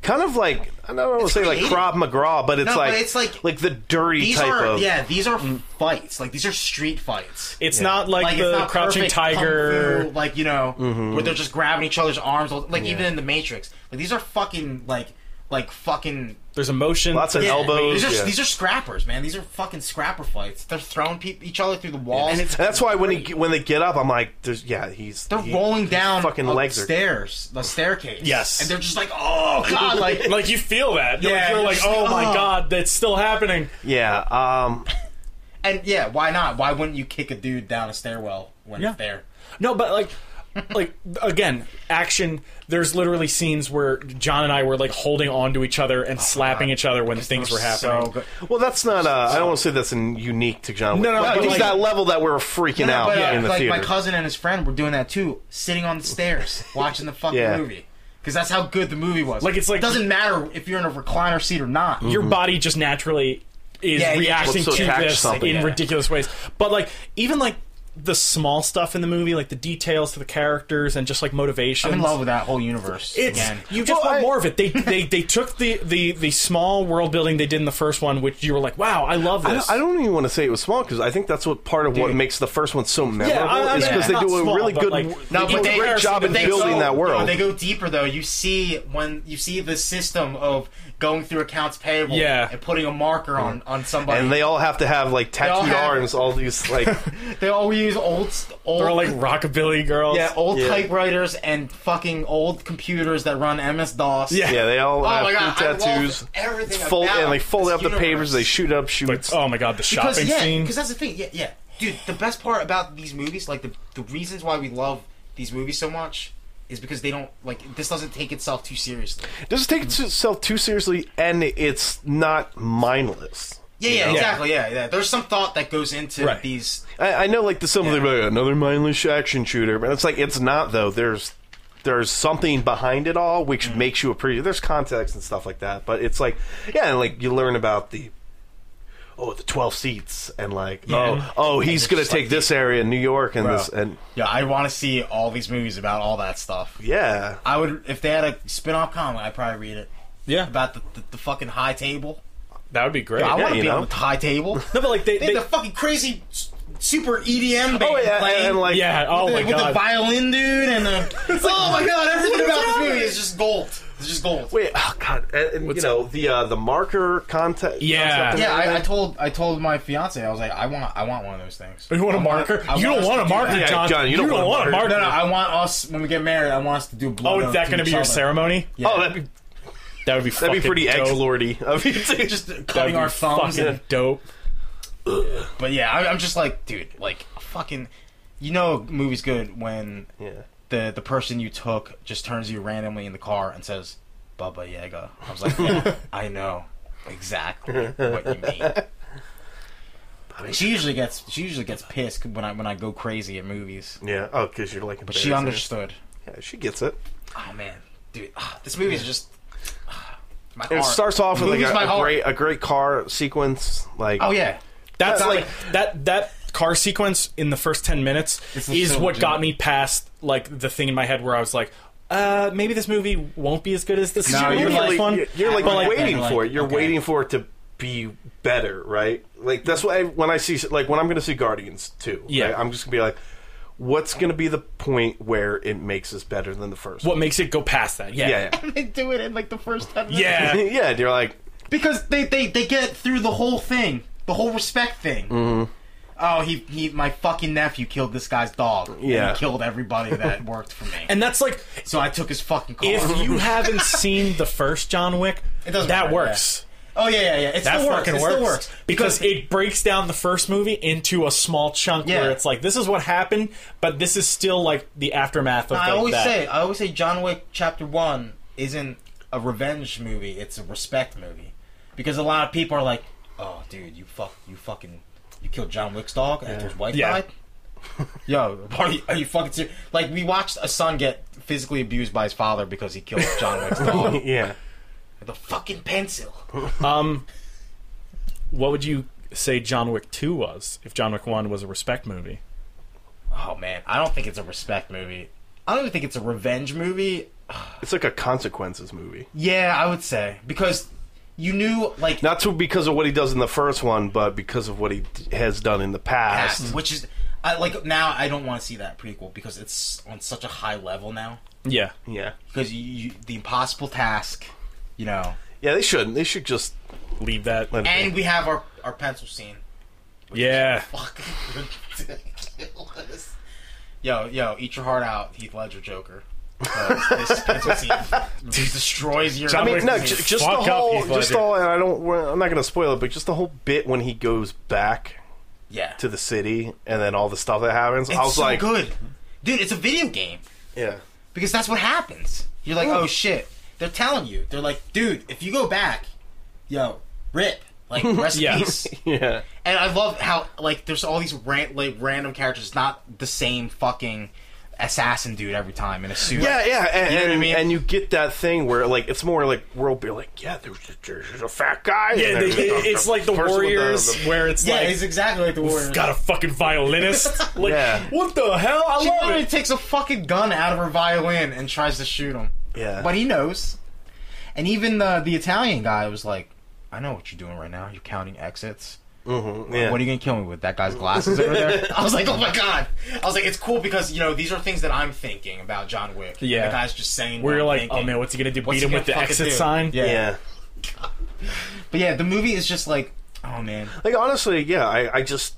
kind of like I don't want to say like creative. Krav McGraw, but it's No, but like it's like- like the dirty these type are of yeah, these are fights. Like these are street fights. It's not Mm. like, it's the not Crouching perfect kung Tiger. fu, like you know, Mm-hmm. where they're just grabbing each other's arms. Like even in the Matrix, like these are fucking like like fucking. There's emotion. lots of Yeah, elbows. These are yeah. these are scrappers, man. These are fucking scrapper fights. They're throwing peop each other through the walls. And that's why when he when they get up, I'm like, there's yeah, he's They're he- rolling his down fucking a legs are stairs, the staircase. Yes. and they're just like, oh god, like like you feel that. You're, Yeah, you're you're like, just oh like, my oh." god, that's still happening. yeah. Um, And yeah, why not? Why wouldn't you kick a dude down a stairwell when Yeah. it's there? No, but like, like again, action. There's literally scenes where John and I were like holding on to each other Oh, and slapping each other when things were happening. So good. well, that's not. Uh, I don't want to say that's in, unique to John. Wick, No, no, but no, at least like- that level that we were freaking out but, uh, in the like theater. my cousin and his friend were doing that too, sitting on the stairs watching the fucking Yeah. movie. Because that's how good the movie was. Like, Mm. it's like- it doesn't matter if you're in a recliner seat or not. Your body just naturally Mm-hmm. is Yeah, you- reacting Well, so to attach this something, in yeah. ridiculous ways. But like, even like the small stuff in the movie, like the details to the characters and just like motivation. I'm in love with that whole universe. It's again. you just Well, want I- more of it. They they they took the, the the small world building they did in the first one, which you were like, wow, I love I this. don't, I don't even want to say it was small because I think that's what part of what Dude. makes the first one so memorable yeah, I, is I- because not they do a small, really but, good, like, they No, do but a they- great job in But they building go- that no, world. they go deeper though. You see when you see the system of going through accounts payable Yeah. and putting a marker on on somebody. and they all have to have like all tattooed have- arms, all these like they all use old st- old They're all like rockabilly girls. yeah old Yeah. typewriters and fucking old computers that run MS DOS. Yeah. yeah, they all Oh have my God, cool I love tattoos. everything fold about and they fold this out the papers, universe. they shoot up shoots. Like, oh my god, the shopping because yeah, scene. because that's the thing. Yeah, yeah, dude. The best part about these movies, like the the reasons why we love these movies so much, is because they don't like this doesn't take itself too seriously. doesn't take itself too seriously, and it's not mindless. Yeah, yeah, exactly. Yeah, yeah. There's some thought that goes into Right. these. I, I know, like the some of them, "Oh, another mindless action shooter, but it's like it's not though. There's there's something behind it all, which Mm-hmm. makes you appreciate. There's context and stuff like that, but it's like yeah, and like you learn about the oh the twelve seats and like oh oh he's gonna just, take like, this area in New York and this Bro. and Yeah, I want to see all these movies about all that stuff. yeah I would if they had a spin-off comic, I'd probably read it yeah, about the, the, the fucking high table. that would be great. I Yeah, want to you be know. on the high table. no, but like they, they, they- had the fucking crazy s- super EDM band oh yeah and, playing. and, like yeah. Oh with my the, with the god. violin dude and the oh my god, everything about this movie is just gold. It's just gold. wait oh god and, and, you know the uh, the marker contact Yeah. concept and yeah, I, I everything. told I told my fiance I was like I want I want one of those things. You want a I wanna- marker? I You don't us want to a do marker, that. John. John, You don't want a marker. No, no, I want us when we get married. I want us to do blood. Oh, is that going to be your ceremony? Yeah. oh that'd be That would be that'd be fucking pretty dope. egg lordy of you too. Just That'd cutting be our thumbs. fucking And, dope. but yeah, I, I'm just like, dude, like a fucking. You know, a movie's good when yeah. the the person you took just turns to you randomly in the car and says, "Bubba Yaga." I was like, yeah, I know exactly what you mean. She usually gets she usually gets pissed when I when I go crazy at movies, Yeah. Oh, because you're like. but she embarrassing. understood. Yeah, she gets it. Oh man, dude, ah, this movie is just ah, my It heart. starts off with like Movies my a, a heart. great a great car sequence. Like Oh yeah, That's Yeah, like like- that that car sequence in the first ten minutes It's the is so what got legit. me past like the thing in my head where I was like, uh, maybe this movie won't be as good as this. No, is uh, you're you're like, like- one. you're, you're, like But, like, waiting you're like, for it. You're okay. waiting for it to be better, right? Like that's why when I see like when I'm going to see Guardians too. Yeah. I'm just gonna be like, what's going to be the point where it makes us better than the first? what makes it go past that? Yeah, One? Yeah. they do it in like the first ten minutes. Yeah. yeah. yeah. And you're like, because they, they, they get through the whole thing, the whole respect thing. Oh, he, he my fucking nephew killed this guy's dog. and Yeah. he killed everybody that worked for me. and that's like so I took his fucking car. if you haven't seen the first John Wick, It doesn't that matter, works. oh yeah, yeah, yeah, it That still works. fucking It works. still works because it breaks down the first movie into a small chunk Yeah. where it's like this is what happened, but this is still like the aftermath of. I like, always that. say, I always say, John Wick Chapter One isn't a revenge movie; it's a respect movie, because a lot of people are like, "Oh, dude, you fuck, you fucking, you killed John Wick's dog after his wife Yeah. died." Yo, are you, are you fucking serious? Like, we watched a son get physically abused by his father because he killed John Wick's dog. yeah. the fucking pencil. Um, what would you say John Wick Two was if John Wick One was a respect movie? Oh man, I don't think it's a respect movie. I don't even think it's a revenge movie. It's like a consequences movie. Yeah, I would say because you knew like Not to because of what he does in the first one, but because of what he d- has done in the past. past, which is I like now I don't want to see that prequel because it's on such a high level now Yeah, Yeah. because you, you the impossible task, you know. Yeah. They shouldn't. They should just leave that. let it. And we have our our pencil scene. Yeah, Fuck. ridiculous. Yo, yo, eat your heart out, Heath Ledger Joker. Because this pencil scene destroys your. I mean, no, It's j- just the fuck up, whole, Heath just Ledger. all, and I don't, we're- I'm not going to spoil it, but just the whole bit when he goes back yeah. to the city and then all the stuff that happens. I It's was so like, good, dude. It's a video game. yeah, Because that's what happens. You're like, oh shit. They're telling you. They're like, dude, if you go back, yo, rip. Like, rest Yeah. in peace. yeah, And I love how, like, there's all these ran- like, random characters, not the same fucking assassin dude every time in a suit. Yeah, yeah, and, You know what I and- mean? and you get that thing where like it's more like world beer, like yeah, there's, there's a fat guy. and Yeah, they, there's it- it's like the person with Warriors, the- where it's Yeah, like it's exactly like the Warriors. got a fucking violinist. Like, Yeah. what the hell? I She love literally it. takes a fucking gun out of her violin and tries to shoot him. Yeah. But he knows. And even the the Italian guy was like, I know what you're doing right now. You're counting exits. Mhm, yeah. What are you gonna kill me with? That guy's glasses over there? I was like, Oh my god. I was like, it's cool because, you know, these are things that I'm thinking about John Wick. Yeah. The guy's just saying what Where you're I'm like, thinking. oh man, what's he gonna do? What's Beat he him with gonna the fucking exit do? sign? Yeah. yeah. But yeah, the movie is just like, oh man. Like honestly, yeah, I, I just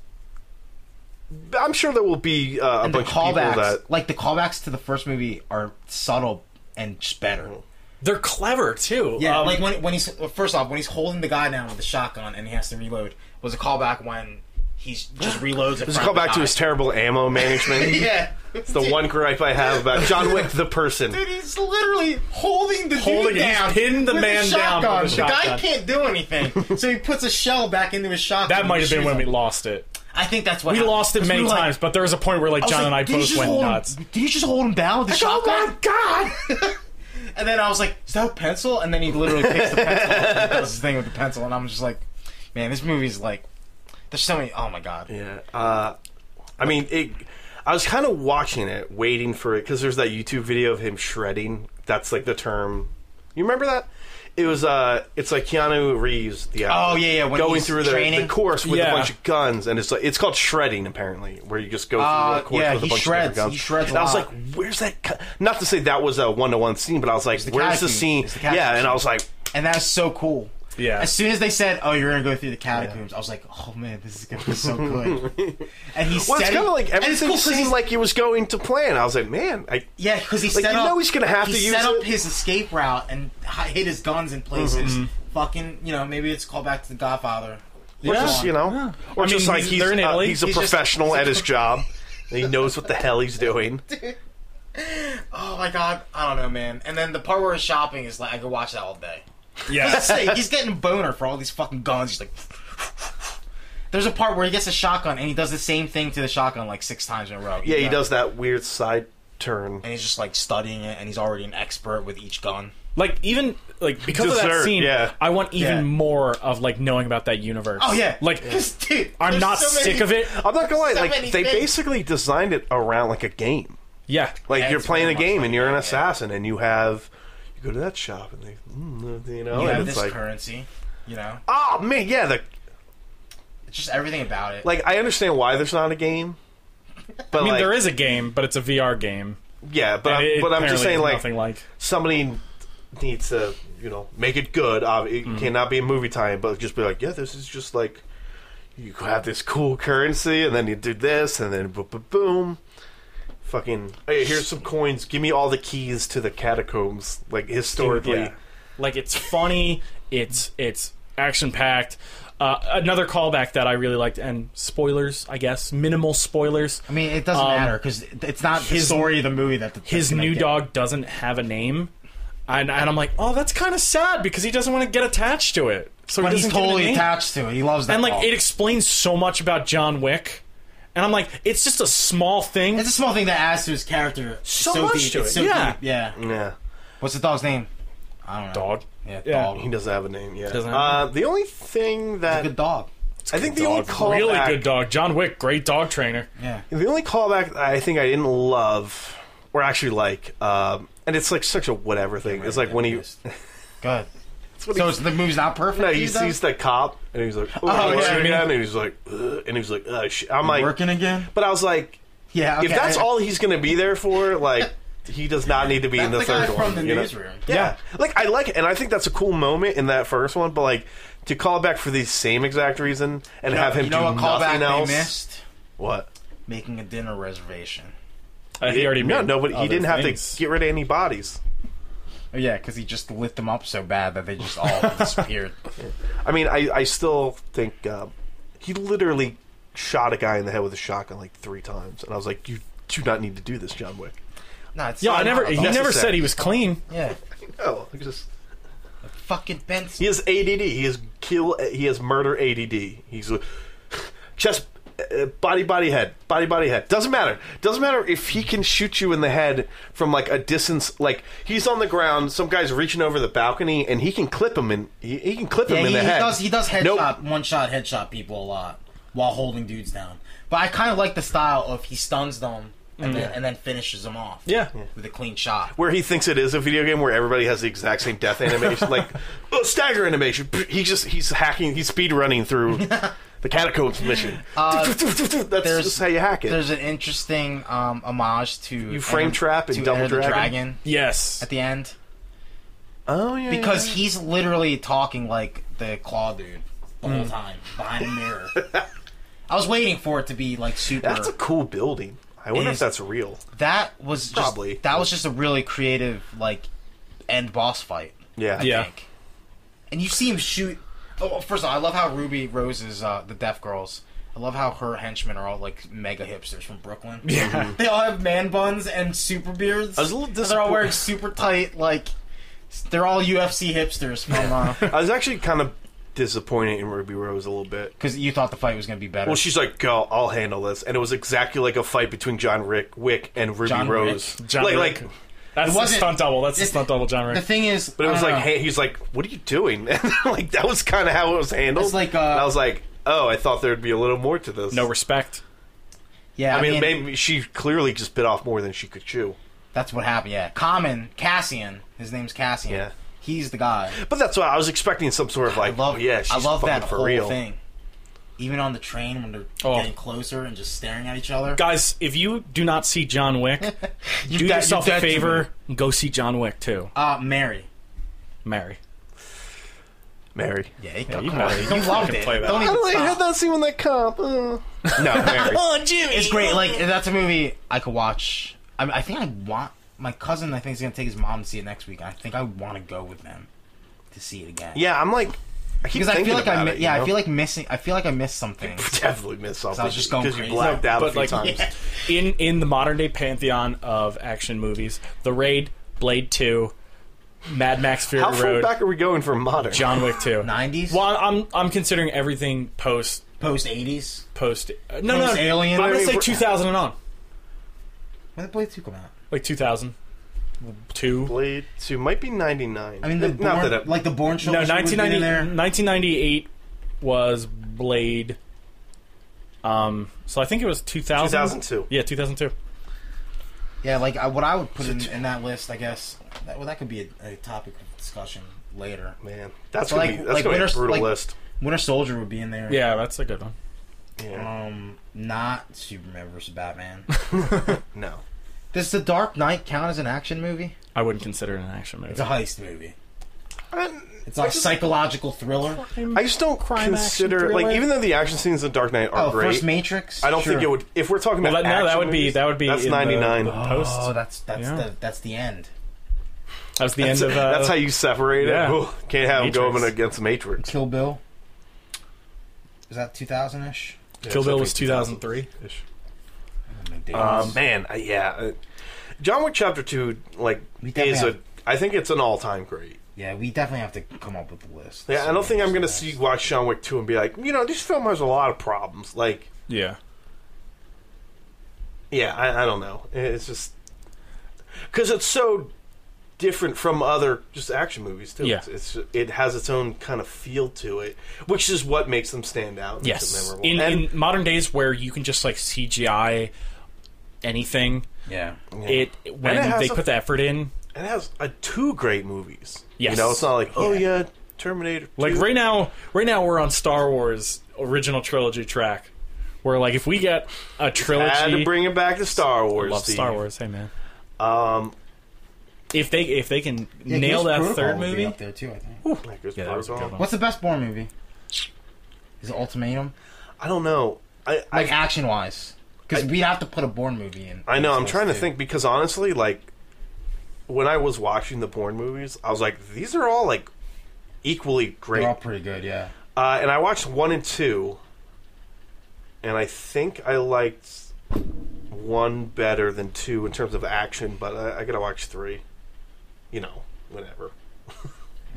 I'm sure there will be uh, a And the bunch of people callbacks that like the callbacks to the first movie are subtle and just better. Mm-hmm. They're clever too. Yeah, Um, like when when he's well, first off when he's holding the guy down with the shotgun and he has to reload was a callback when he's just reloads. just call back to his terrible ammo management. yeah. It's the one gripe I have about John Wick the person. Dude, he's literally holding the Holding- dude he's down. pinned the with man his down shotgun. with the the shotgun. guy can't do anything, so he puts a shell back into his shotgun. that might have been when we lost. lost it. I think that's what We happened. lost it 'Cause we many were like- times, but there was a point where like I was John like, and I "Did he both just went hold him- nuts. "Oh Did you just hold him down with the shotgun? god! And then I was like, "Is that a pencil?" And then he literally picks the pencil up and does his thing with the pencil, and I'm just like, "Man, this movie's like, there's so many. Oh my god, Yeah. Uh, I mean, it. I was kind of watching it, waiting for it, because there's that YouTube video of him shredding. That's like the term. You remember that? It was. uh It's like Keanu Reeves. The actor, Oh, yeah, yeah, when going he's through the, the training. course with Yeah. a bunch of guns, and it's like it's called shredding apparently, where you just go through Uh, the course yeah, with a he bunch of different shreds. guns. He shreds a And I was lot. like, "Where's that?" Cu-? Not to say that was a one-to-one scene, but I was like, the "Where's the catacomb. scene?" It's the catacomb yeah, and I scene. was like, and that's so cool." Yeah. As soon as they said, "Oh, you're gonna go through the catacombs," I was like, "Oh man, this is gonna be so good." and he Well, said, it's kind of like and it's everything cool 'cause seemed he's- like it was going to plan. I was like, man, I yeah, because he Like, set you up. know he's gonna have he to use set up it. his escape route and hi- hid his guns in places. Mm-hmm. Fucking, you know, maybe it's called back to the Godfather. or just you know, or I mean, just like he's- he's they're in uh, Italy. he's a He's just- professional at his job. and he knows what the hell he's doing. Oh my god, I don't know, man. And then the part where he's shopping is like I could watch that all day. Yeah. Say, he's getting boner for all these fucking guns. He's like, there's a part where he gets a shotgun and he does the same thing to the shotgun like six times in a row. Yeah, he know? does that weird side turn. And he's just like studying it, and he's already an expert with each gun. like even like because of that Dessert, scene, yeah. I want even Yeah. more of like knowing about that universe. Oh yeah, Like 'Cause, dude, I'm there's not so sick many- of it. I'm not gonna lie, So like many they things. basically designed it around like a game. Yeah. Like Yeah, you're it's playing a very much game like and you're an that, yeah. assassin and you have you go to that shop and they mm, you know You and have it's this like currency, you know, oh man yeah the it's just everything about it. like I understand why there's not a game. But I mean, like, there is a game, but it's a VR game. yeah, but And I'm, it but I'm just apparently saying is like nothing like somebody needs to, you know, make it good. Uh, it Mm-hmm. cannot be a movie time, but just be like, yeah, this is just like you have this cool currency, and then you do this, and then boom, boom, boom. Fucking, hey, here's some coins. Give me all the keys to the catacombs. Like historically, Yeah. Like it's funny. It's it's action packed. Uh, another callback that I really liked, and spoilers, I guess, minimal spoilers. I mean, it doesn't Um, matter because it's not the his- story of the movie that the, His that's gonna new get- dog doesn't have a name, and, and I'm like, oh, that's kind of sad because he doesn't want to get attached to it. So But he he's doesn't give it a totally name. attached to it. He loves that. and like dog. it explains so much about John Wick, and I'm like, it's just a small thing. it's a small thing that adds to his character. It's So much deep. to It's it, so yeah. deep, yeah. yeah, What's the dog's name? I don't know. dog. Yeah, Yeah. dog. he doesn't have a name. Yeah, Doesn't have a uh, the only thing that Good dog. I think the only Dog. callback, Really good dog. John Wick, great dog trainer. Yeah. The only callback that I think I didn't love, or actually like, um, and it's like such a whatever thing. It's like when he, it's Good. when So he it's, the movie's not perfect. No, you he said? sees the cop and he's like, "Oh, uh, Oh, you're yeah, working yeah. again?" And he's like, "Ugh," and he's like, "Oh shit!" I'm like, working again. but I was like, Yeah. Okay. if that's I- all he's gonna be there for, like, he does not need to be in the, That's the guy third one. from the you know? newsroom. Yeah. like I like it, and I think that's a cool moment in that first one. But like to call back for the same exact reason and have him you know do what callback nothing else. they missed? What? Making a dinner reservation. Uh, he already no, made nobody. He other didn't things. have to get rid of any bodies. Oh, yeah, because he just lit them up so bad that they just all disappeared. I mean, I I still think uh, he literally shot a guy in the head with a shotgun like three times, and I was like, you do not need to do this, John Wick. No, it's Yeah, not I never. about He that. never Necessary. said he was clean. Yeah. No, he just Fucking Benson. he has ADD. He has kill. He has murder ADD. He's a, just uh, body, body, head, body, body, head. Doesn't matter. Doesn't matter if he can shoot you in the head from like a distance. Like he's on the ground, some guy's reaching over the balcony, and he can clip him, and he, he can clip Yeah, him he, in the he head. does. He does headshot, Nope. one shot headshot people a lot while holding dudes down. But I kind of like the style of he stuns them and, then, and then finishes them off. Yeah. with a clean shot. Mm. where he thinks it is a video game where everybody has the exact same death animation, like uh, stagger animation. He just he's hacking, he's speed running through the catacombs mission. That's Uh, there's- just how you hack it. There's an interesting um, homage to you frame trap and to double Enter the dragon? dragon Yes. at the end Oh yeah, because yeah. he's literally talking like the claw dude. The Mm. whole time behind a mirror. I was waiting for it to be like super. that's a cool building. I wonder if Is- that's real. that was just, Probably. that was just a really creative like end boss fight. Yeah, Yeah. think. And you see him shoot. Oh, first of all, I love how Ruby Rose is uh, the deaf girls. I love how her henchmen are all like mega hipsters from Brooklyn. Yeah. they all have man buns and super beards. I was a little And they're all wearing disappointed. super tight like. They're all UFC hipsters from uh, I was actually kind of disappointed in Ruby Rose a little bit. because you thought the fight was gonna be better. Well, she's like, "Go, I'll handle this," and it was exactly like a fight between John Rick Wick and Ruby John Rose. John like, Rick. like, That's the wasn't- stunt double. That's the it- stunt double, John the Rick. thing is, But it was I don't like, know. hey, he's like, what are you doing? And like that was kind of how it was handled. It's like, uh, and I was like, oh, I thought there'd be a little more to this. No respect. yeah, I mean, maybe she clearly just bit off more than she could chew. That's what happened. Yeah, Common Cassian. His name's Cassian. Yeah. he's the guy. But that's why I was expecting some sort of like, I love. oh, yeah, she's I love fucking that for whole real. thing. Even on the train when they're Oh. getting closer and just staring at each other. Guys, if you do not see John Wick, do dead- yourself you're a dead to favor me. and go see John Wick too. Uh, Mary. Mary. Mary. Yeah, he yeah, you Mary. You He loved fucking it. play that. Don't even stop. that Uh. scene when they come. No, Mary. It's great. Like that's a movie I could watch. I, I think I want my cousin. I think is gonna take his mom to see it next week. I think I want to go with them to see it again. yeah, I'm like, I keep because I thinking feel like I about mi- it, yeah you know? I feel like missing. I feel like I missed something. definitely missed something. was just going because you crazy. blacked out a But few like times. in in the modern day pantheon of action movies, The Raid, Blade Two, Mad Max Fury How far Road, back are we going from modern? John Wick Two. 90s? Well, I'm I'm considering everything post Post 80s. post. Uh, no, no, Post-Alien? I'm I gonna mean, say we're- 2000 and on, When did Blade Two come out? like 2000, two. Blade Two might be ninety nine. I mean, the not Bourne- that it, like the Born No, Children. was in 1990, there. 1998 was Blade. Um, so I think it was 2000. 2002. Yeah, 2002. Yeah, like I, what I would put in, in that list, I guess. That, well, that could be a, a topic of discussion later. Man, that's So, gonna like- be that's like gonna be a Winter- brutal like- list. Winter Soldier would be in there. Yeah, that's a good one. Yeah. Um, not Superman versus Batman. no. Does The Dark Knight count as an action movie? I wouldn't consider it an action It's movie. a heist movie. I, It's like a psychological thriller. I just don't Crime action consider like thriller? even though the action scenes in Dark Knight are Oh, great. first Matrix. I don't think it Sure. would. If we're talking Well, about that, no, that action would be movies, that would be that's in the- ninety nine. the post. Oh, that's that's Yeah. the that's the end. that Oh. was the That's, end of. Uh, that's how you separate yeah. it. Ooh, can't have them Matrix. going against Matrix. Kill Bill. Is that 2000 ish? Kill Bill was 2003. 2003. Uh, man, I, yeah. uh, John Wick Chapter Two, like, We definitely is a. have- I think it's an all time great. Yeah, we definitely have to come up with a list. Yeah, I don't think I'm gonna see watch John Wick Two and be like, you know, this film has a lot of problems. Like, Yeah. Yeah, I, I don't know. It's just because it's so different from other just action movies too. Yeah. It's, it's it has its own kind of feel to it, which is what makes them stand out. and makes it Yes. memorable. In, And- in modern days where you can just like CGI anything, Yeah. yeah. it And when it has they a- put the effort in. and it has uh, two great movies. Yes. you know, it's not like oh yeah, Terminator. Like 2. right now, right now we're on Star Wars original trilogy track. Where like if we get a trilogy, had to bring it back to Star Wars. love Steve. Star Wars. Hey man, Um, if they if they can Yeah, nail Ghost that Protocol third would be movie, up there too. I think. like, there's Yeah, that was a Protocol. good one. What's the best Bourne movie? Is it Ultimatum? I don't know. I I, Like action wise, because we'd have to put a Bourne movie in. I know. I'm trying to too. think because honestly, like when I was watching the porn movies, I was like, these are all like equally great. They're all pretty good. Yeah. Uh, and I watched one and two, and I think I liked one better than two in terms of action, but I, I gotta watch three. You know, whenever.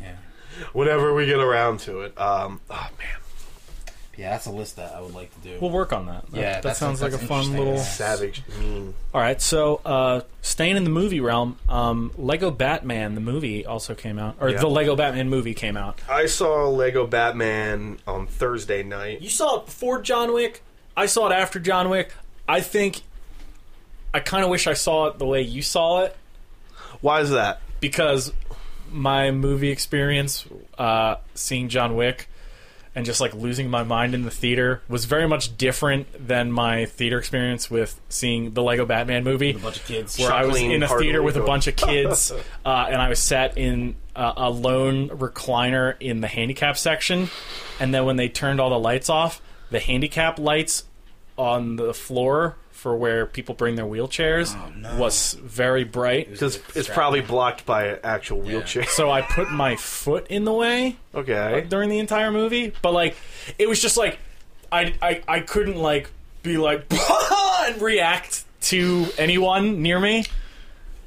Yeah. Whenever we get around to it. Um, oh man, Yeah, that's a list that I would like to do. We'll work on that. That- Yeah, that, that's- sounds like a that's fun interesting. little. Yeah. Savage, mean. All right, so uh, staying in the movie realm, um, Lego Batman the movie also came out, or Yeah. the Lego Batman movie came out. I saw Lego Batman on Thursday night. You saw it before John Wick. I saw it after John Wick. I think I kind of wish I saw it the way you saw it Why is that? because my movie experience uh, seeing John Wick and just like losing my mind in the theater was very much different than my theater experience with seeing the Lego Batman movie. a bunch of kids. where I was Chuckling in a heartily theater with a going. bunch of kids, uh, and I was sat in uh, a lone recliner in the handicap section, and then when they turned all the lights off, the handicap lights on the floor for where people bring their wheelchairs Oh, was very bright. Because it's probably blocked by an actual wheelchair. So I put my foot in the way okay. during the entire movie, but like it was just like I I, I couldn't like be like and react to anyone near me.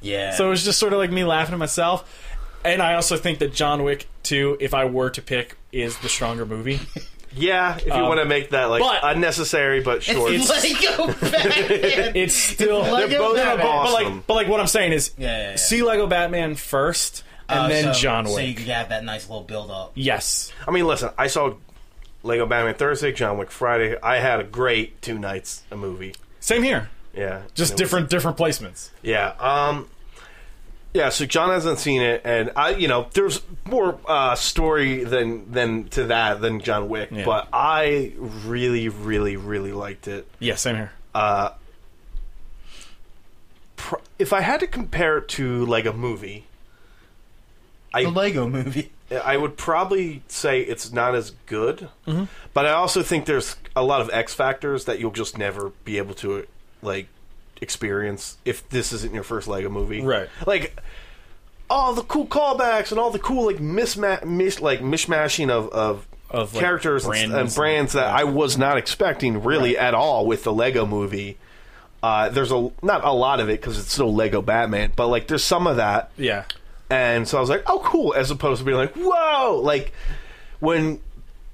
Yeah. So it was just sort of like me laughing at myself. And I also think that John Wick 2, if I were to pick, is the stronger movie. Yeah, if you want to make that like but- unnecessary but short. it's Lego Batman. It's still They're Lego both Batman. but awesome. like but like what I'm saying is Yeah, yeah, yeah. see Lego Batman first and Uh, then so- John So you Wick. can have that nice little build up. yes. I mean, listen, I saw Lego Batman Thursday, John Wick Friday. I had a great two nights a movie. Same here. Yeah, Just It was- different different placements. Yeah. Um Yeah, so John hasn't seen it and I you know, there's more uh story than than to that than John Wick, Yeah. but I really really really liked it. Yeah, same here. Pr- If I had to compare it to like a movie, The Lego movie. I would probably say it's not as good, Mm-hmm. but I also think there's a lot of X factors that you'll just never be able to like experience if this isn't your first Lego movie, Right. Like all the cool callbacks and all the cool like misma- mis- like mishmashing of of, Of, like, characters and- brands and, and- brands that I was not expecting really at all with the Lego movie. Uh, there's a not a lot of it because it's still Lego Batman, but like there's some of that. Yeah. And so I was like, oh, cool, as opposed to being like, whoa! Like, when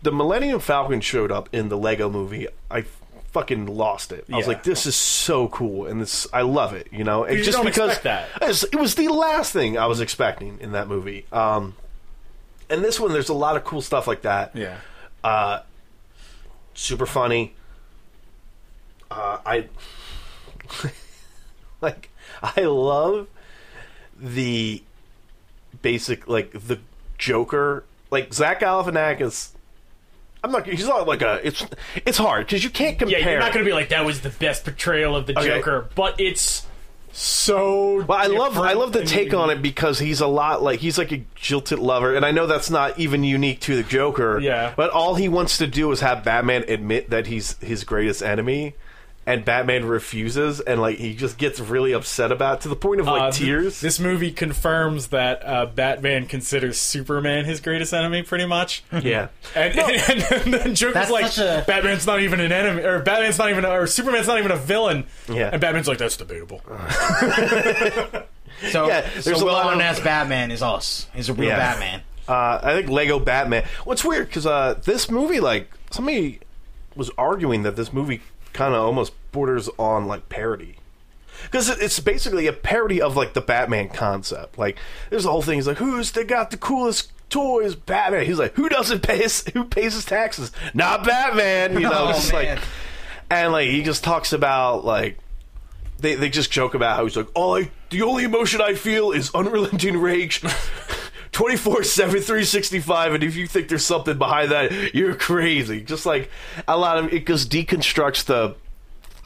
the Millennium Falcon showed up in the Lego movie, I fucking lost it. I was Yeah. like, this is so cool, and this I love it, you know? And You just don't because expect that. It was- it was the last thing I was expecting in that movie. Um, and this one, there's a lot of cool stuff like that. Yeah. Super funny. Uh, I. like, I love the basic like the Joker, like Zach Galifianakis. I'm not. He's not like a. It's it's hard because you can't compare. Yeah, you're not going to be like that was the best portrayal of the Okay. Joker, but it's so But I love I different love the than take you- on it because he's a lot like he's like a jilted lover, and I know that's not even unique to the Joker. Yeah. But all he wants to do is have Batman admit that he's his greatest enemy. And Batman refuses, and like he just gets really upset about it, to the point of like Uh, th- tears. This movie confirms that uh, Batman considers Superman his greatest enemy, pretty much. yeah, And, and, and then Joker's That's like, such a- Batman's not even an enemy, or Batman's not even, or Superman's not even a villain. Yeah. And Batman's like, that's debatable. So, Yeah, so there's a Will lot of- Arnett's Batman is us. He's a real Yeah. Batman. Uh, I think Lego Batman. What's weird because uh, this movie, like somebody was arguing that this movie kind of almost borders on like parody because it's basically a parody of like the Batman concept. Like there's the whole thing. He's like, who's they got the coolest toys? Batman. He's like, who doesn't pay his, who pays his taxes? Not Batman. You know, Oh, just man. like and like he just talks about like they they just joke about how he's like all I the only emotion I feel is unrelenting rage. 24 7 365 and if you think there's something behind that you're crazy just like a lot of it just deconstructs the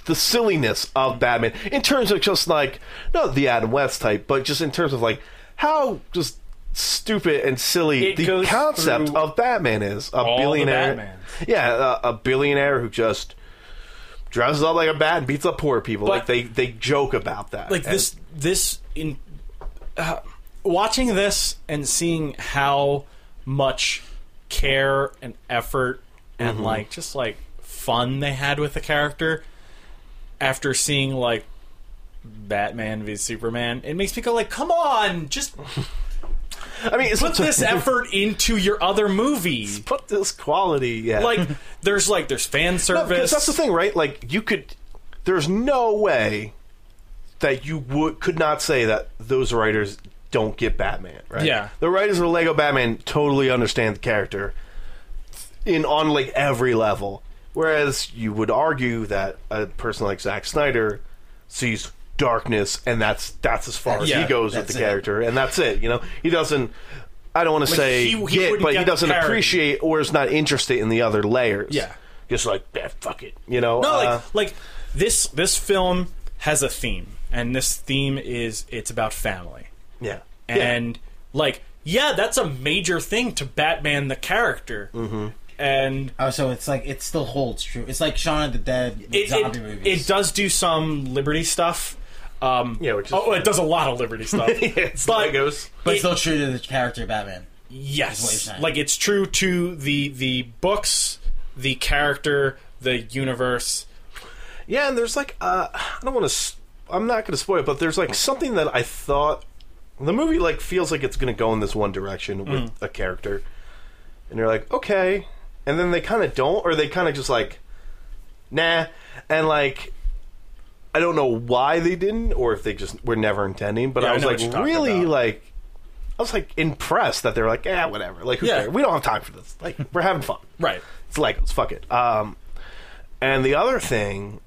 the silliness of batman in terms of just like not the adam west type but just in terms of like how just stupid and silly It the goes concept through of batman is a all the billionaire Batmans. yeah uh, a billionaire who just dresses up like a bat and beats up poor people. But- like they they joke about that. like And- this this in uh, watching this and seeing how much care and effort and Mm-hmm. like just like fun they had with the character after seeing like Batman v Superman it makes me go like come on just I mean, it's Put this effort into your other movies. put this quality. Yeah, Like there's like there's fan No, 'cause service. that's the thing, right? Like you could. There's no way that you would could not say that those writers don't get Batman, right? Yeah. the writers of Lego Batman totally understand the character in on like every level. Whereas you would argue that a person like Zack Snyder sees darkness, and that's that's as far as Yeah, he goes with the that's it. character, and that's it. You know, he doesn't. I don't want to say he- he get, wouldn't but get he the doesn't parody. appreciate or is not interested in the other layers. Yeah. Just like, eh, fuck it. You know? No, uh, like like this this film has a theme, and this theme is it's about family. yeah. And like, yeah, that's a major thing to Batman the character. Mm-hmm. And Oh, so it's like it still holds true. It's like Shaun of the Dead with it, zombie it, movies. it does do some Liberty stuff. Um, Yeah, which is oh, fun. it does a lot of Liberty stuff. it's but Legos. but it- it's still true to the character of Batman. what you're Yes, saying. like it's true to the the books, the character, the universe. Yeah, and there's like, uh, I don't want to, I'm not going to spoil it, but there's like something that I thought, the movie like feels like it's going to go in this one direction with Mm. a character. And you're like, okay. And then they kind of don't, or they kind of just like, nah. And like, I don't know why they didn't, or if they just were never intending, but Yeah, I I was know what like, you're talking really, about. like, I was like impressed that they were like, yeah, whatever. Like, who Yeah. cares? We don't have time for this. Like, we're having fun. Right. It's Legos. Fuck it. Um, and the other thing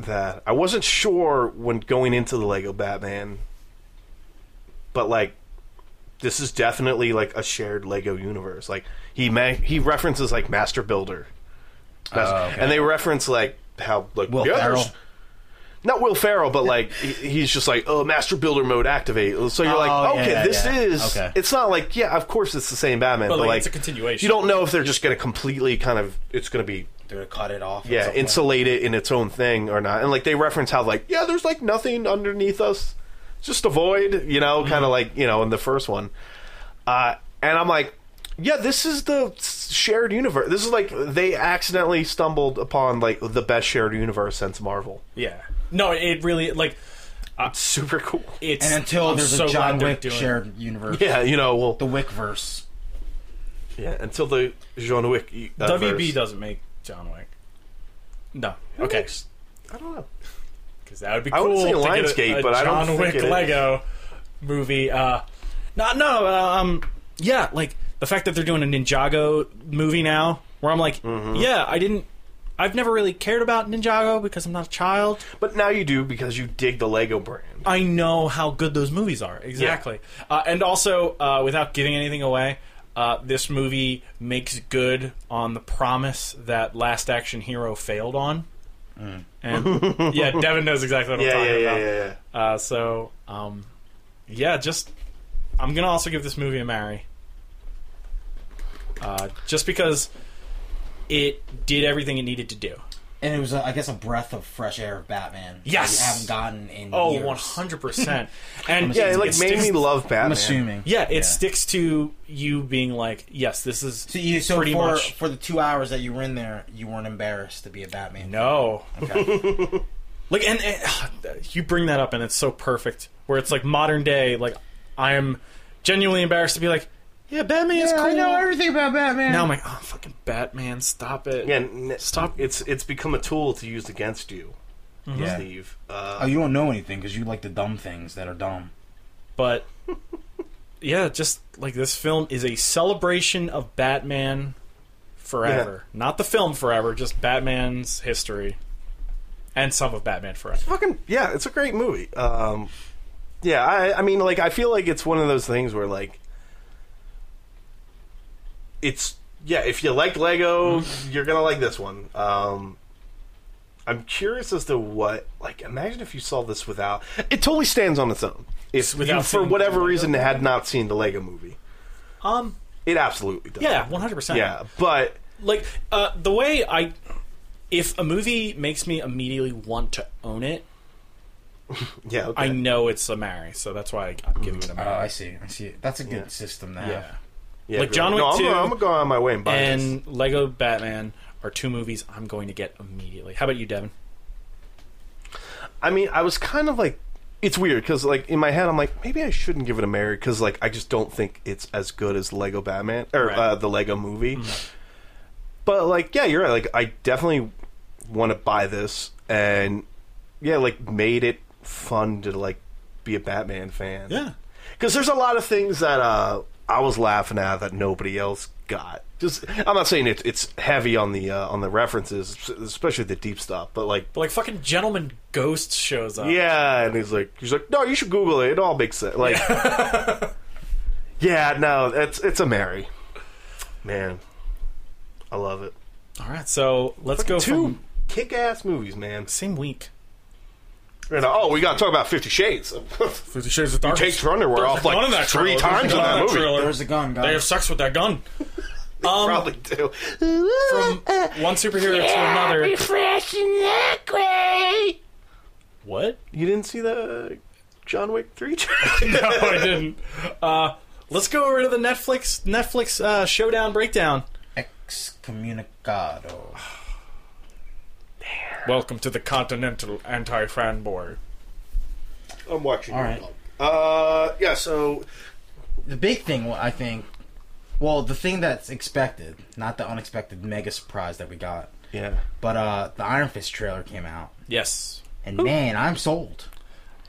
that I wasn't sure when going into the Lego Batman, but like, this is definitely like a shared Lego universe. Like he ma- he references like Master Builder, Mas- and they reference like how like Oh, Will yeah, Ferrell. there's- Not Will Ferrell, but like he- he's just like, oh, Master Builder mode activate. So you're like, Oh, yeah, okay, yeah, this yeah. is. Okay. It's not like, yeah, of course it's the same Batman, But, but, like, like it's a continuation. You don't know if they're just going to completely kind of. It's going to be They're gonna cut it off. at yeah, some point. insulate it in its own thing or not. And like they reference how like yeah, there's like nothing underneath us, It's just a void, you know, kind of like you know in the first one. Uh, and I'm like, yeah, this is the s- shared universe. This is like they accidentally stumbled upon like the best shared universe since Marvel. Yeah. No, it really like Super cool. it's And until I'm there's so a John glad they're Wick doing it. shared universe, Yeah, you know, well, the Wick verse. yeah, until the John Wick. uh, WB verse. doesn't make John Wick. No. Who okay. makes- I don't know. Because that would be I wouldn't cool say to get Lionsgate, a, a but I don't John think Wick it is. Lego movie. Uh, no, no. Um, yeah, like the fact that they're doing a Ninjago movie now, where I'm like, Mm-hmm. yeah, I didn't. I've never really cared about Ninjago because I'm not a child. But now you do because you dig the Lego brand. I know how good those movies are. Exactly. Uh, and also, uh, without giving anything away, uh, this movie makes good on the promise that Last Action Hero failed on. And yeah, Devin knows exactly what I'm Mm. Yeah, talking yeah, yeah, about. yeah, yeah. Uh, so, um, yeah, just I'm gonna also give this movie a Mary. Uh, just because it did everything it needed to do. And it was, a, I guess, a breath of fresh air of Batman. that Yes. we haven't gotten in. Oh, years. 100 percent. And Yeah, it like it made sticks- me love Batman. I'm assuming. Yeah, it sticks to you being like, yes, this is So, you, so pretty for much. for the two hours that you were in there, you weren't embarrassed to be a Batman. No, Okay. like, and, and you bring that up, and it's so perfect. Where it's like modern day, like I am genuinely embarrassed to be like, yeah, Batman is cool. everything about Batman. now I'm like, oh, fucking Batman, stop it. Yeah, n- Stop. Mm-hmm. It's it's become a tool to use against you, Yeah. Steve. Uh, Oh, you don't know anything because you like the dumb things that are dumb. but yeah, just like this film is a celebration of Batman forever, not the film forever, just Batman's history, and some of Batman forever. fucking yeah, it's a great movie. Um, yeah, I I mean, like I feel like it's one of those things where like it's yeah, if you like Lego, Mm-hmm. you're gonna like this one. Um, I'm curious as to what like imagine if you saw this without it totally stands on its own. If Without you, for seeing whatever the Lego reason had not seen the Lego movie, Um, it absolutely does. yeah, one hundred percent. yeah, but. like uh, the way I, if a movie makes me immediately want to own it, Yeah, okay. I know it's a Mary, so that's why I'm giving it a Uh, Oh, Mary. I see. I see. That's a good Yeah. system to have. Mm-hmm. yeah. Yeah, Like really. John Wick no, I'm, 2 gonna- I'm gonna go on my way and buy this. and Lego Batman are two movies I'm going to get immediately. How about you, Devin? I mean, I was kind of like it's weird because like in my head I'm like maybe I shouldn't give it a Mary because like I just don't think it's as good as Lego Batman or Right. Mm-hmm. uh, the Lego Movie. But like yeah, you're right. Like I definitely want to buy this and yeah, like made it fun to like be a Batman fan. Yeah. because there's a lot of things that uh, I was laughing at that nobody else got. Just I'm not saying it, it's heavy on the uh, on the references, especially the deep stuff, but like But like fucking gentleman ghost shows up. yeah, and he's like, he's like, no, you should Google it. It all makes sense. Like, yeah, no, it's it's a Mary, man. I love it. All right, so let's go Two from kick-ass movies, man. same week. You know, oh, we got to talk about Fifty Shades. Fifty Shades of Dark. Takes her underwear off None of like that three trailer. times in None of that that movie. trailer. There's a gun, guys. They have sex with that gun. Um, Probably do. from one superhero to another. What? You didn't see the John Wick three? No, I didn't. Uh, let's go over to the Netflix Netflix uh, showdown breakdown. Excommunicado. Welcome to the Continental Anti-Fan Board. I'm watching. All right. Uh, yeah. So The big thing, well, I think, well, the thing that's expected, not the unexpected mega surprise that we got, yeah. but uh, the Iron Fist trailer came out, Yes. and man, I'm sold.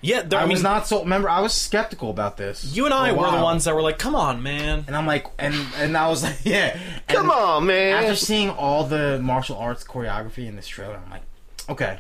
Yeah, there, I, I, mean, was not sold. Remember, I was skeptical about this. you and for I Oh, a were the while. ones that were like, "Come on, man." and I'm like, and and I was like, yeah. And Come on, man. After seeing all the martial arts choreography in this trailer, I'm like, okay.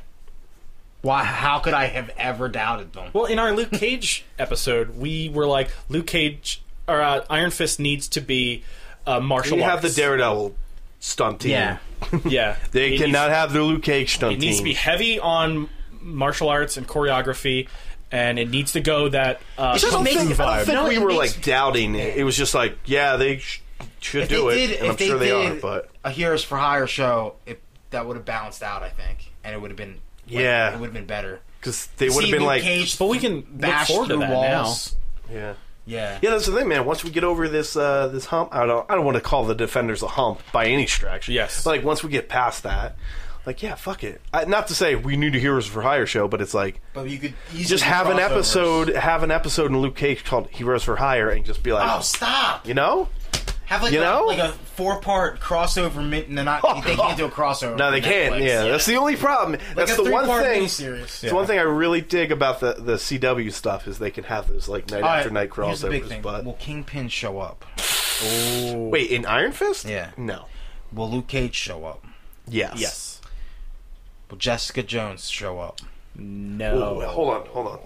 Why? How could I have ever doubted them? Well, in our Luke Cage episode, we were like, "Luke Cage or uh, Iron Fist needs to be uh, martial You have arts." the Daredevil stunt team. Yeah. Yeah, They It cannot needs- have the Luke Cage stunt It needs to team. be heavy on martial arts and choreography, and it needs to go that uh, I don't kung fu think, I don't vibe. think No, we it were makes- like doubting it. It was just like, yeah, they sh- should do it, and I'm sure they are. But a Heroes for Hire show, it, that would have balanced out, I think, and it would have been like, Yeah. it would have been better. because they would have See been Luke like, Cage But we can look bash forward to through that walls. yeah, Yeah, yeah. That's the thing, man. Once we get over this uh, this hump, I don't I don't want to call the defenders a hump by any stretch. Yes. but like once we get past that, like yeah, fuck it. I, not to say we need a Heroes for Hire show, but it's like but you could easily just have an crossovers. episode, have an episode in Luke Cage called Heroes for Hire, and just be like, Oh, stop! you know, Have like you a, know? like a four part crossover. Mint, and they're not they can't do a crossover. Oh, No, they for can't. Netflix. Yeah, that's the only problem. like that's a the one three-part thing. miniseries. It's the one thing I really dig about the, the CW stuff is they can have those like night All after night right, here's the big crossovers. thing. But Will Kingpin show up? now. wait, in Iron Fist? Yeah. No. Will Luke Cage show up? Yes. Yes. Will Jessica Jones show up? Oh, No. Ooh, hold on, hold on.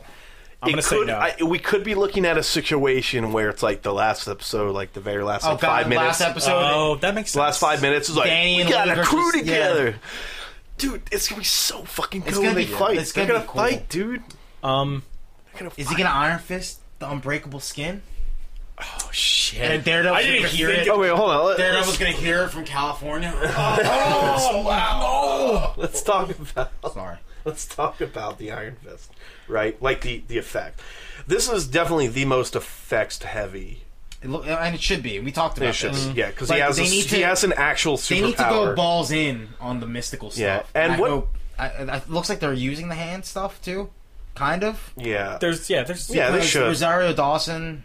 I'm gonna say could, no. I, we could be looking at a situation where it's like the last episode, like the very last like, five minutes. Oh, last episode. oh, that makes sense. last five minutes is like Danny we and got a Luke are crew just- yeah. together. Dude, it's gonna be so fucking cool. It's when gonna they be- fight. it's They're gonna gonna be cool. fight, dude. Um. They're gonna is he gonna Iron Fist the Unbreakable Skin? Oh shit. And Daredevil's I didn't gonna even hear think it. Oh wait, hold on. Let, Daredevil's gonna hear it from California. Oh wow. let's talk about. Sorry. Let's talk about the Iron Fist, right? Like the the effect. This is definitely the most effects heavy. It look, and it should be. We talked about It should be. this. Yeah, because he Mm-hmm. Like, has a, they need he to- has an actual superpower. They need to go balls in on the mystical stuff. Yeah, and I what- hope- I, I, it looks like they're using the hand stuff too, kind of. yeah, There's yeah. There's Yeah, they Because should. Rosario Dawson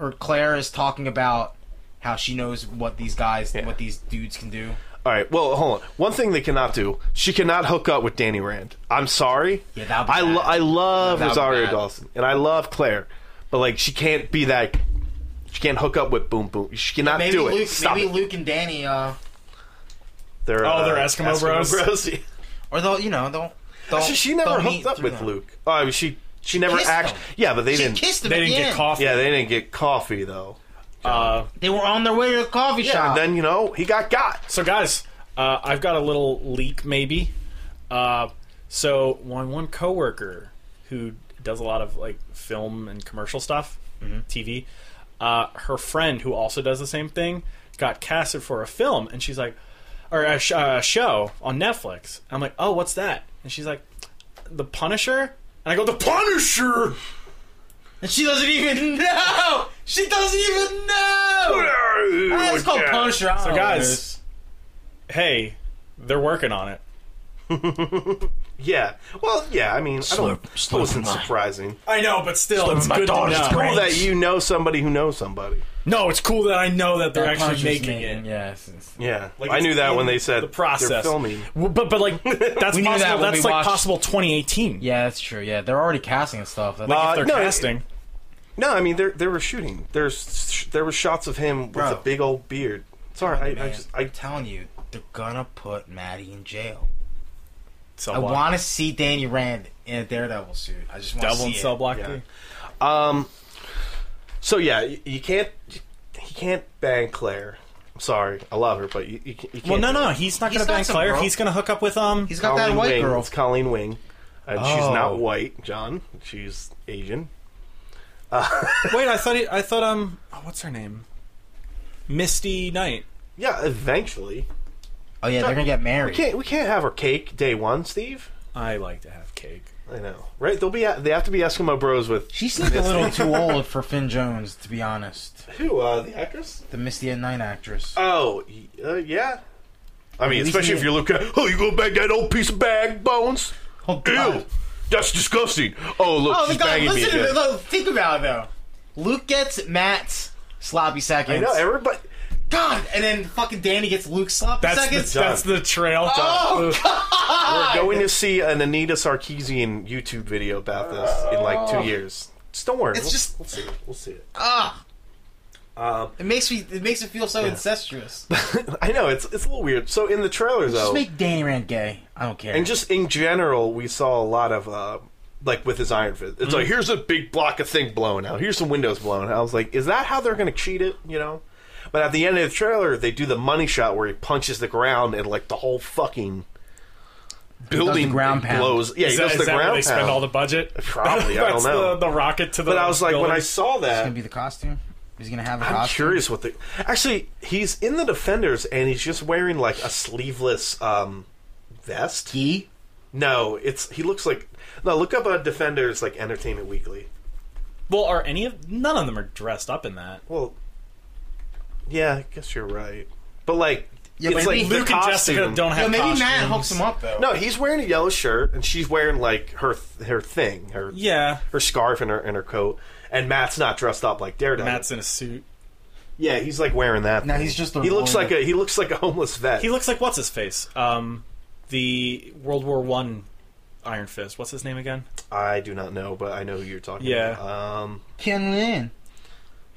or Claire is talking about how she knows what these guys, Yeah. what these dudes can do. All right. Well, hold on. One thing they cannot do: she cannot hook up with Danny Rand. I'm sorry. Yeah, that'd be I lo- bad. I love That'd be Rosario bad. Dawson and I love Claire, but like she can't be that. She can't hook up with Boom Boom. She cannot Maybe do it. Luke, Stop maybe it. Luke and Danny, uh, They're, uh, Oh, they're Eskimo Bros? Yeah. or they'll, you know, they'll. they'll Actually, she never they'll hooked meet up through with them. Luke. Oh, I mean, she she never kissed act. him. Yeah, but they She didn't. kissed him. they at didn't the get end. coffee. Yeah, they didn't get coffee though. Uh, They were on their way to the coffee And shop. then you know he got got. So, guys, uh, I've got a little leak, maybe. Uh, so, my one coworker who does a lot of like film and commercial stuff, TV, uh, her friend who also does the same thing got casted for a film, and she's like, or a, sh- uh, a show on Netflix. I'm like, oh, what's that? And she's like, The Punisher. And I go, The Punisher. and she doesn't even know. She doesn't even know. Oh, Ah, it's called Punisher. I don't So know what it guys- is. Hey, they're working on it. Yeah. Well, yeah. I mean, I don't. Slurp- it slurp wasn't mine. surprising. I know, but still, Slurping it's my good to daughter's know. brain. Cool that you know somebody who knows somebody. No, it's cool that I know that they're That punch actually was making made, it. Yeah, it's- it's- Yeah. Like, I it's knew that in when they said the process. they're filming. Well, but but like that's We knew possible. that when that's we like watched- possible 2018. yeah, that's true. Yeah, they're already casting and stuff. That's, Like Uh, if they're no, it- casting. No, I mean they they were shooting. There's sh- there were shots of him with Bro. a big old beard. Sorry, I, I man, just I'm I telling you, they're gonna put Maddie in jail. Cell I block. want to see Danny Rand in a Daredevil suit. I just want to Devil see and cell it. block Yeah. three. um. So yeah, you, you can't he can't bang Claire. I'm sorry, I love her, but you you, ca- you can't. Well, no, do no, it. he's not He's going to not bang some Claire. bro. He's going to hook up with um. He's got that white Wing. girl. It's Colleen Wing, and she's Oh. not white, John. She's Asian. Wait, I thought he, I thought um, oh, what's her name? Misty Knight. Yeah, eventually. Oh yeah, they're gonna get married. We can't we can't have her cake day one, Steve. I like to have cake. I know, right? They'll be they have to be Eskimo Bros with She seems a little too old for Finn Jones, to be honest. who? Uh, the actress? The Misty at Nine actress. Oh, y- uh, yeah. I mean, At least especially he- if you look at oh, you go back that old piece of bag bones. oh, Ew, God. that's disgusting. Oh look, Oh my she's God! banging me Listen to again. it. Look, think about it though. Luke gets Matt's sloppy seconds. I know everybody. God, and then fucking Danny gets Luke's sloppy That's seconds. the, that's the trail. Oh, Ugh. We're going to see an Anita Sarkeesian YouTube video about this in like Oh. two years. Just don't worry. It's we'll, just- we'll see it. We'll see it. Ah, Um, it makes me it makes it feel so incestuous. I know it's it's a little weird. So in the trailer though, Just make Danny Rand gay. I don't care. And just in general, we saw a lot of uh, like with his Iron Fist. It's Mm-hmm. like here's a big block of thing blown out. Here's some windows blown. out. I was like, is that how they're going to cheat it? You know. But at the end of the trailer, they do the money shot where he punches the ground and like the whole fucking building ground pound. blows. Yeah, he Is that, does is the that where ground they spend pound. all the budget? Probably, I don't That's know. The, the rocket to the. but I was like, when I building. saw it's that, gonna be the costume. He's gonna have a I'm costume. curious what the actually he's in the Defenders and he's just wearing like a sleeveless um, vest. Gee? No, it's he looks like no. Look up a defenders like Entertainment Weekly. well, are any of none of them are dressed up in that? Well, yeah, I guess you're right. But like, Yeah, it's but like maybe the Luke and costume. Jessica don't have. Yo, maybe costumes. Matt hooks him up though. No, he's wearing a yellow shirt and she's wearing like her th- her thing, her Yeah, her scarf and her and her coat. And Matt's not dressed up like Daredevil. Matt's in a suit. yeah, he's like wearing that. No, thing. he's just a he looks like normal- a he looks like a homeless vet. He looks like what's his face? Um, the World War One Iron Fist. What's his name again? I do not know, but I know who you're talking. Yeah. about. Um, Ken Lin.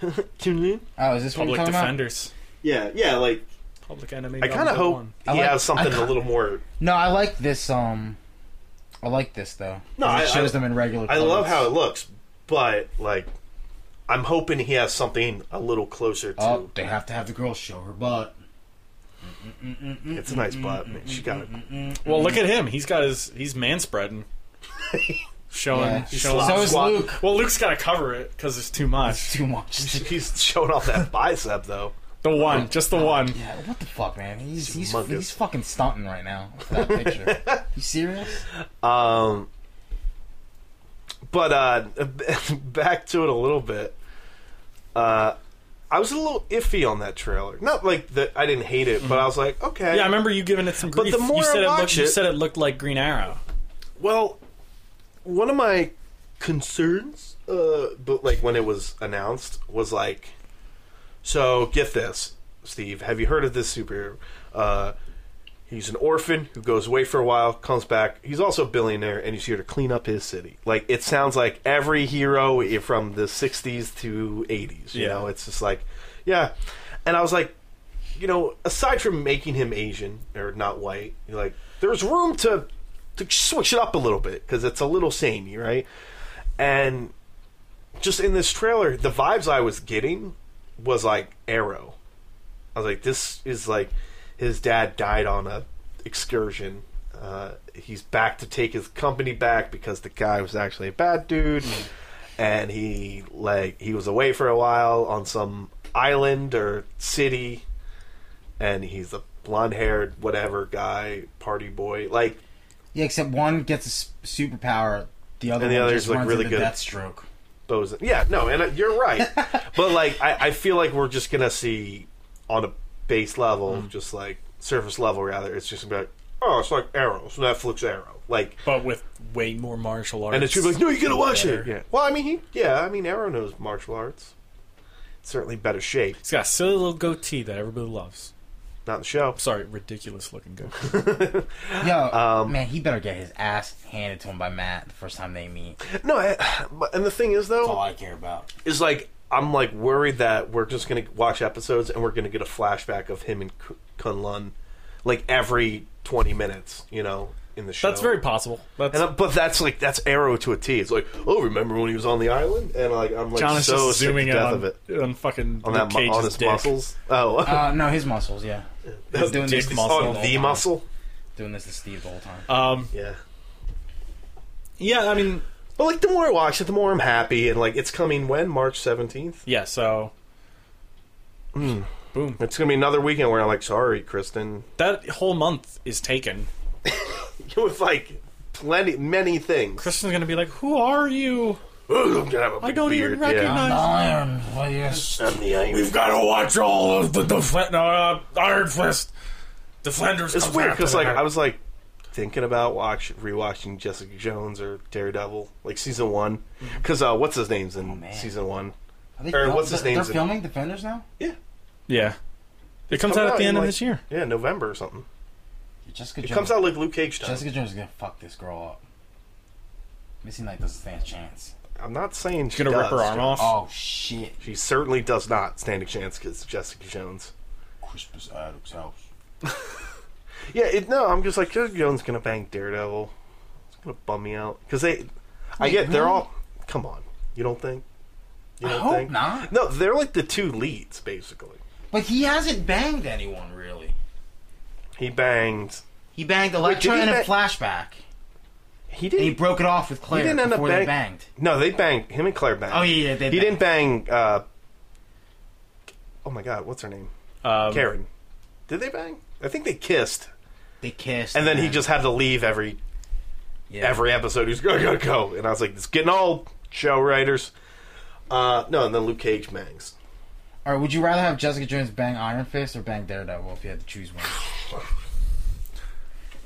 Oh, is this what you're Public talking about? Defenders. yeah, yeah. Like Public Enemy. I kind of number hope one. I he like- has something I a little more No, I like this. Um, I like this though. No, 'Cause it I- shows I- them in regular. I clothes. love how it looks, but like, I'm hoping he has something a little closer to. Oh, they have to have the girl show her butt. It's a nice butt. Mm-hmm, Man. She got it. Well, look at him. He's got his. He's manspreading. Oh, showing. Yeah. showing So is Swap. Luke. well, Luke's got to cover it because it's too much. Too mm-hmm. much. He's showing off that bicep though. The one, just the one. Yeah, what the fuck, man? He's he's, humongous. he's fucking stunting right now. with That picture. you serious? Um, but uh, back to it a little bit. Uh, I was a little iffy on that trailer. Not like that. I didn't hate it, but I was like, okay. Mm-hmm. Yeah, I remember you giving it some But grief. the more you said I it watch looked, you it- said it looked like Green Arrow. Well, one of my concerns, uh, but like when it was announced, was like, so get this, Steve. Have you heard of this superhero? Uh, he's an orphan who goes away for a while, comes back. He's also a billionaire, and he's here to clean up his city. Like it sounds like every hero i- from the '60s to '80s. You Yeah. know, it's just like, yeah. And I was like, you know, aside from making him Asian or not white, you're like there's room to to switch it up a little bit because it's a little samey, right? And just in this trailer, the vibes I was getting was like Arrow. I was like, this is like his dad died on a excursion. Uh, he's back to take his company back because the guy was actually a bad dude, and he like he was away for a while on some island or city, and he's a blonde-haired whatever guy, party boy. Like Yeah, except one gets a s- superpower, the other And the one other's, just like, runs really into good. Deathstroke. Bozen. Yeah, no, and uh, you're right. but like, I, I feel like we're Mm. just gonna see on a base level, just like surface level rather. It's just gonna be like, oh, it's like Arrows, Netflix Arrow. Like, but with way more martial arts. and it's like, no, you gotta watch it. better. Yeah. Well, I mean, he, yeah, I mean, Arrow knows martial arts. Certainly better shape. He's got a silly little goatee that everybody loves. Not the show. Sorry, ridiculous looking goatee. Yo, Um, man, he better get his ass handed to him by Matt the first time they meet. That's No, I, but- and the thing is though, all I care about. is like I'm like worried that we're just gonna watch episodes and we're gonna get a flashback of him and K- Kun Lun, like every 20 minutes, you know, in the show. That's very possible. That's And, uh, but that's like that's arrow to a T. It's like, oh, remember when he was on the island? And like I'm like John is so just sick zooming to in death on, of it on fucking on Luke that mu- Cage's on his dick. muscles. Oh, Uh, no, his muscles, yeah. He's doing dick this to muscle. Steve on whole the time. muscle. Doing this to Steve the whole time. Um, Yeah. yeah, I mean, But like the more I watch it, the more I'm happy. And like it's coming when March 17th. yeah. So boom. It's gonna be another weekend where I'm like, sorry, Kristen, That whole month is taken. with like plenty many things. Kristen's gonna be like, "Who are you? I'm gonna have a I big don't even beard, yeah. recognize." Iron Fist. I'm the Iron We've got to watch all of the Defl- uh, Iron Fist. Defenders. It's comes weird after because like that. I was like thinking about watch rewatching Jessica Jones or Daredevil, like season one, Mm-hmm. because uh, what's his name's in Oh, man. season one? Are they or fil- what's his they're- name's They're in- filming Defenders now? Yeah, yeah. It comes out at the in, end of like- this year. Yeah, November or something. Jessica It Jones. comes out like Luke Cage time. Jessica Jones is gonna fuck this girl up. Missy Knight doesn't stand a chance. I'm not saying she's She's gonna rip her arm off. Oh shit. She certainly does not stand a chance because Jessica Jones. Crispus Attucks house. Yeah, it, no, I'm just like Jessica Jones gonna bang Daredevil. It's gonna bum me out because they. I get they're really? all. Come on, you don't think? You I don't hope think? not. No, they're like the two leads basically. But he hasn't banged anyone really. He banged. He banged Electra did he in a ba- flashback. He And didn't. he broke it off with Claire didn't end up before they bang- banged. No, they banged him and Claire banged. Oh, yeah, yeah, they he didn't bang. Uh, oh my God, what's her name? Um, Karen. Did they bang? I think they kissed, They kissed. and then he just had to leave every yeah. every episode. He's go go go, and I was like, it's getting old, show writers. Uh, no, and then Luke Cage bangs. Or would you rather have Jessica Jones bang Iron Fist or bang Daredevil if you had to choose one?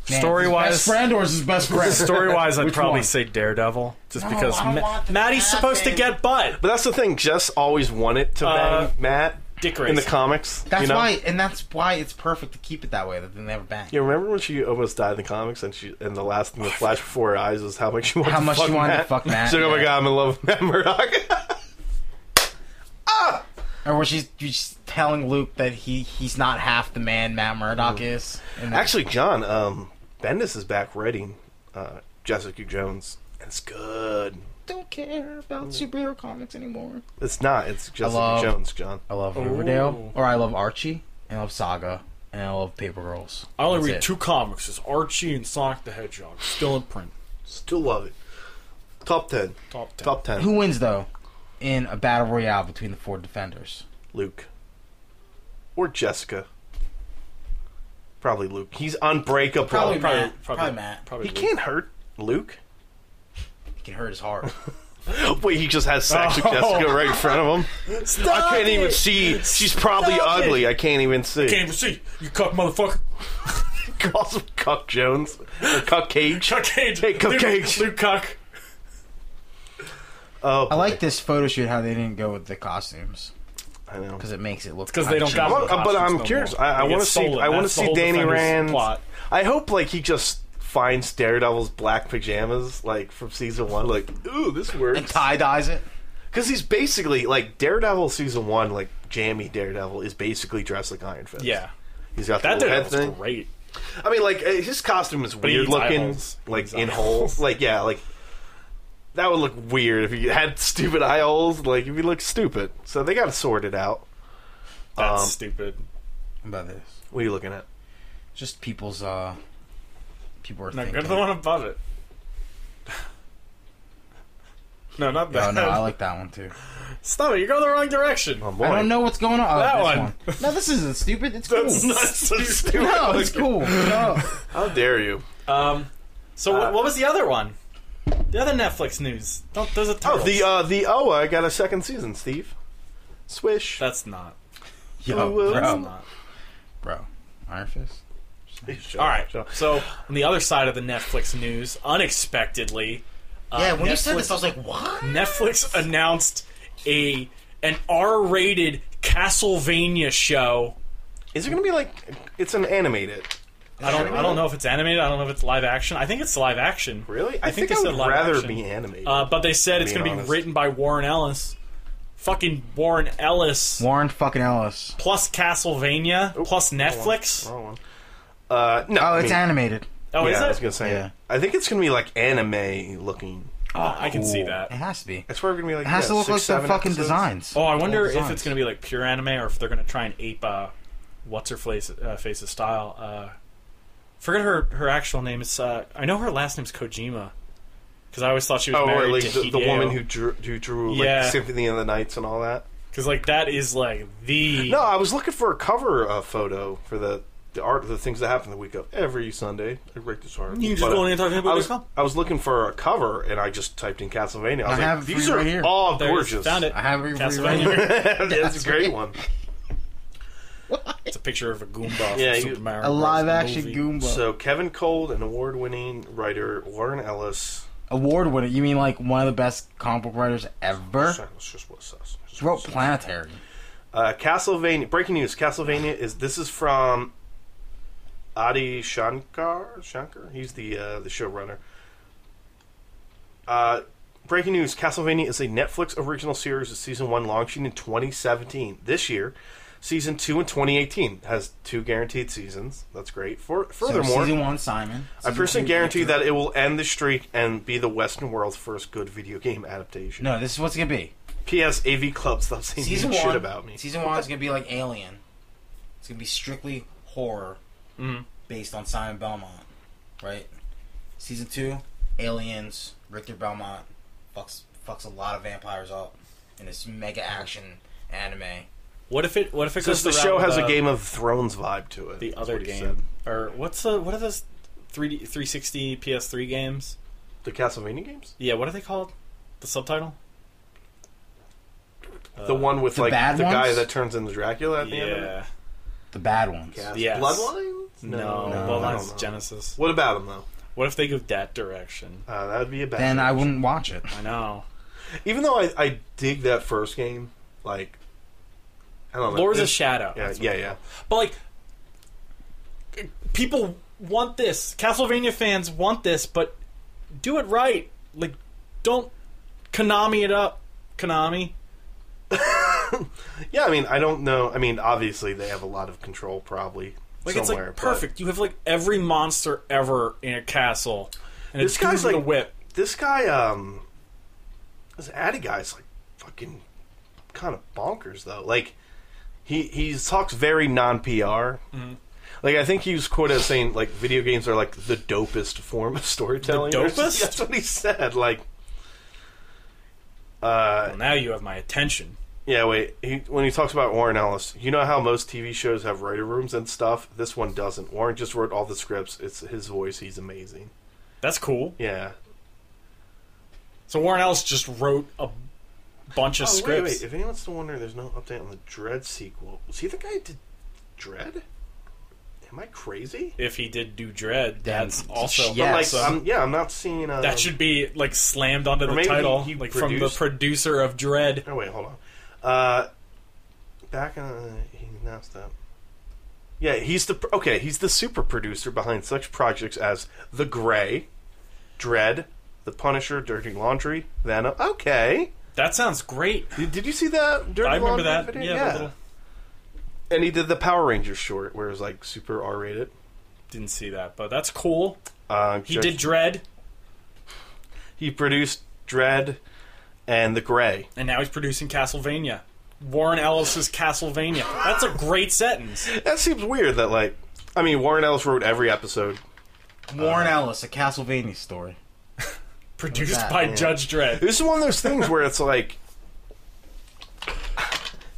Man, Story his best wise, friend or is his best friend? story wise, I'd Which probably one? say Daredevil, just No, because I don't Ma- want that Maddie's supposed to thing. get butt. But that's the thing. Jess always wanted to bang Uh, Matt Dick in the Grayson. comics. That's you know? why, and that's why it's perfect to keep it that way. That they never bang. You remember when she almost died in the comics, and she and the last thing that flashed before her eyes was how much she wanted How to much fuck she wanted to Matt. fuck Matt, She's like, oh my yeah. god, I'm in love with Matt Murdock. Or where she's, she's telling Luke that he he's not half the man Matt Murdock is. And that- Actually, John, um, Bendis is back writing uh, Jessica Jones. It's good. don't care about superhero comics anymore. It's not. It's Jessica love- Jones, John. I love Riverdale, or I love Archie, and I love Saga, and I love Paper Girls. I only That's read it. two comics: it's Archie and Sonic the Hedgehog, still in print. Still love it. Top ten. Top ten. Top ten. Who wins though, in a battle royale between the four defenders? Luke. Or Jessica. Probably Luke. He's unbreakable. Probably, Probably- Matt. Probably, probably- Matt. Probably He can't hurt Luke. It can hurt his heart. Wait, he just has sex with Oh. Jessica right in front of him. Oh, I can't even it. see. She's probably Stop ugly. I can't even see. Can't even see you, cuck motherfucker. Calls him Cuck Jones. Or Cuck Cage. Cuck Cage. Hey, Cuck Luke- Cage. Luke Cuck. Oh, I like this photo shoot how they didn't go with the costumes I know. because it makes it look Because they don't kinda got. cheap. I'm- I'm- but I'm curious. I, I want to see. I want to see Danny Rand. Plot. I hope like he just finds Daredevil's black pajamas like from season one. Like, ooh, this and works. tie dyes it. Because he's basically like Daredevil season one. Like jammy Daredevil is basically dressed like Iron Fist. Yeah, he's got the that little head dude thing. was great. I mean, like uh, his costume is he weird eats looking. eyeballs. He Like eats in eyeballs. holes. Like yeah, like. That would look weird if he had stupid eye holes. Like, if he looked stupid. So they got to sort it out. That's Um, stupid. What about this? What are you looking at? Just people's uh, people are No, go thinking. to the one above it. No, not that. Oh no, I like that one too. Stop it! You're going the wrong direction. Oh, boy. I don't know what's going on. Oh, That this one. No, this isn't stupid. It's cool. That's not so stupid. no, it's cool. No. How dare you? Um, so Uh, what, what was the other one? The other Netflix news. Don't, there's a Oh, turtles. the uh, the Oa got a second season, Steve. Swish. That's not. Yo, Ooh, bro. That's um, not. Bro. Iron Fist? All right. Shut up. So on the other side of the Netflix news, unexpectedly, uh, Yeah, when Netflix, you said this, I was like, what? Netflix announced a an R-rated Castlevania show. Is it going to be like it's an animated? I don't I don't know if it's animated. I don't know if it's live action. I think it's live action. Really? I, think, they I said would live rather action. be animated. Uh, but they said it's being going to be honest. written by Warren Ellis. Fucking Warren Ellis Warren fucking Ellis. plus Castlevania plus Netflix. Wrong one. Uh, no, Oh, I it's mean- animated. Oh, yeah, I is was it? gonna say. Yeah. I think it's gonna be like anime looking. Oh, I can see Ooh. that. It has to be. That's where we're gonna be like. It has yeah, to look six, like seven their fucking episodes. designs. Oh, I wonder if designs. it's going to be like pure anime or if they're going to try and ape uh, what's her face uh, face's style. Uh, forget her her actual name. It's uh, I know her last name's Kojima because I always thought she was Oh, married or like to the, the woman who drew, who drew like Yeah. Symphony of the Nights and all that. because like that is like the No, I was looking for a cover uh, photo for the the art of the things that happen the week of every Sunday. I write this article. You just but, go uh, in and talk about I what was, it's called. I was looking for a cover and I just typed in Castlevania. I was I like, have it for these you are right here. all There it is. gorgeous. Found it. I have it Castlevania. That's a great one. it's a picture of a Goomba. Yeah, from you- Super Mario A Bros. live the action movie. Goomba. So Kevin Cold, an award-winning writer, Warren Ellis. Award winner. You mean like one of the best comic book writers ever? Let's just what's us. Let's just Wrote what's us. Planetary. Uh, Castlevania. Breaking news: Castlevania is this is from Adi Shankar. Shankar. He's the uh, the showrunner. Uh, breaking news: Castlevania is a Netflix original series with season one launching in 2017. This year, season two in 2018 has two guaranteed seasons. That's great. For, so furthermore, season one, Simon. I Season personally two, guarantee Victor. that it will end the streak and be the Western world's first good video game adaptation. No, this is what's gonna be. P.S. AV Club, stop saying Season shit one. about me. Season one is gonna be like Alien. It's gonna be strictly horror, Mm-hmm. based on Simon Belmont, right? Season two, Aliens. Richter Belmont fucks fucks a lot of vampires up in this mega action anime. What if it? What if it Since goes the route show with, has a uh, Game of Thrones vibe to it. the that's other what he game said. or what's the what are those 3D 360 PS3 games? The Castlevania games? Yeah, what are they called? The subtitle? Uh, the one with the like bad the guy ones? that turns into Dracula at the end of it? Yeah. The bad ones. Cast- Yes. Bloodlines? no, No, well, I that's don't know. Genesis. What about him though? What if they go that direction? Uh, that would be a bad Then I direction. wouldn't watch it. I know. Even though I, I dig that first game, like I don't know. Lords of There's- Shadow. Yeah, That's what yeah, it's yeah. called. But like people want this. Castlevania fans want this, but do it right. Like don't Konami it up, Konami. Yeah, I mean, I don't know. I mean, obviously they have a lot of control, probably Like somewhere. it's like but- perfect. You have like every monster ever in a castle. And This it's guy's dude with like- a whip. this guy, um, this Addy guy's like fucking kind of bonkers though. Like he he talks very non PR. Mm-hmm. Like I think he was quoted as saying like video games are like the dopest form of storytelling. The or something. dopest? That's what he said. Like, uh, Well, now you have my attention. yeah. Wait, he, when he talks about Warren Ellis, you know how most TV shows have writer rooms and stuff. This one doesn't. Warren just wrote all the scripts. It's his voice. He's amazing. That's cool. Yeah. So Warren Ellis just wrote a bunch of Oh, wait, scripts. wait. If anyone's still wondering, there's no update on the Dread sequel. Was he the guy who did Dread? Am I crazy? If he did do Dread, that's Then- also yeah. Like, Yes. I'm, yeah, I'm not seeing. Um, that should be like slammed onto Or the maybe title, he- he like from the produced- producer of Dread. Oh wait, hold on. Uh, back on, he announced that. Yeah, he's the okay. He's the super producer behind such projects as The Gray, Dread, The Punisher, Dirty Laundry, Venom. Okay, That sounds great. did, did you see that? Dirty I Laundry remember that. video? Yeah, the little- and he did the Power Rangers short, where it was like super R rated. didn't see that, but that's cool. Uh, He Jeff- did Dread, He produced Dread and The Gray. and now he's producing Castlevania. Warren Ellis's Castlevania. That's a great sentence. That seems weird. That like, I mean, Warren Ellis wrote every episode. Warren Ellis, a Castlevania story. Produced that? by Judge Dredd. This is one of those things where it's like,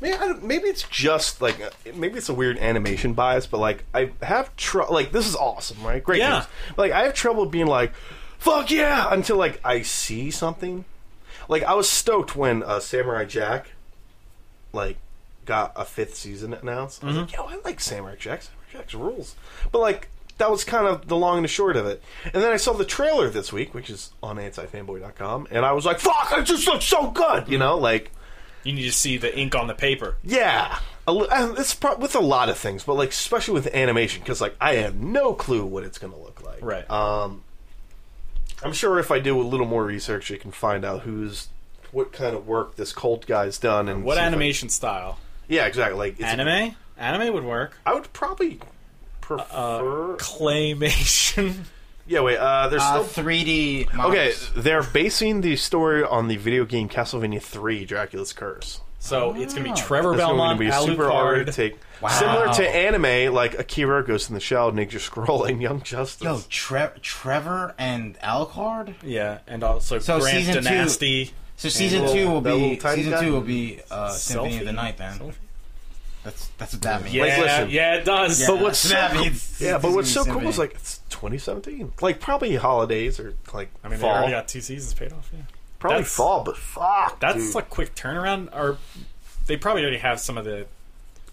maybe, I don't- maybe it's just like, uh, maybe it's a weird animation bias, but like, I have trouble. Like, this is awesome, right? Great. Yeah. news. But, Like, I have trouble being like, fuck yeah, until like I see something. Like, I was stoked when uh, Samurai Jack, like, got a fifth season announced. I was like, yo, I like Samurai Jack. Samurai Jack's rules. But like, that was kind of the long and the short of it. And then I saw the trailer this week, which is on antifanboy.com, and I was like, "Fuck! It just looks so good," you know, like You need to see the ink on the paper. yeah. A li- and It's pro- with a lot of things, but like especially with animation, because like I have no clue what it's going to look like. Right. Um, I'm sure if I do a little more research, I can find out who's what kind of work this cult guy's done and What see if I- animation style? yeah, exactly. Like is it- Anime? Uh, Anime would work. I would probably prefer. Claymation. yeah, wait. Uh, there's Uh, still 3D. models. Okay, they're basing the story on the video game Castlevania 3 Dracula's Curse. So it's Ah. gonna be Trevor That's Belmont, going to be a super R-rated Alucard. take. Similar to anime like Akira, Ghost in the Shell, Ninja Scroll, and Young Justice. Yo, Tre- Trevor and Alucard. Yeah, and also So Grand season two- Dynasty. So season little- two will that be little tiny season guy? two will be uh, Symphony of the Selfie? Night. Then Selfie? that's that's what that means. Yeah, listen. yeah, it does. Yeah. But what's What's That so cool- means- yeah, but it's what's so gonna be cool is Symphony. like it's 2017. Like probably holidays or like I mean, they fall. already got two seasons paid off. Yeah, probably that's- fall, but fuck. that's dude. a quick turnaround. Or they probably already have some of the.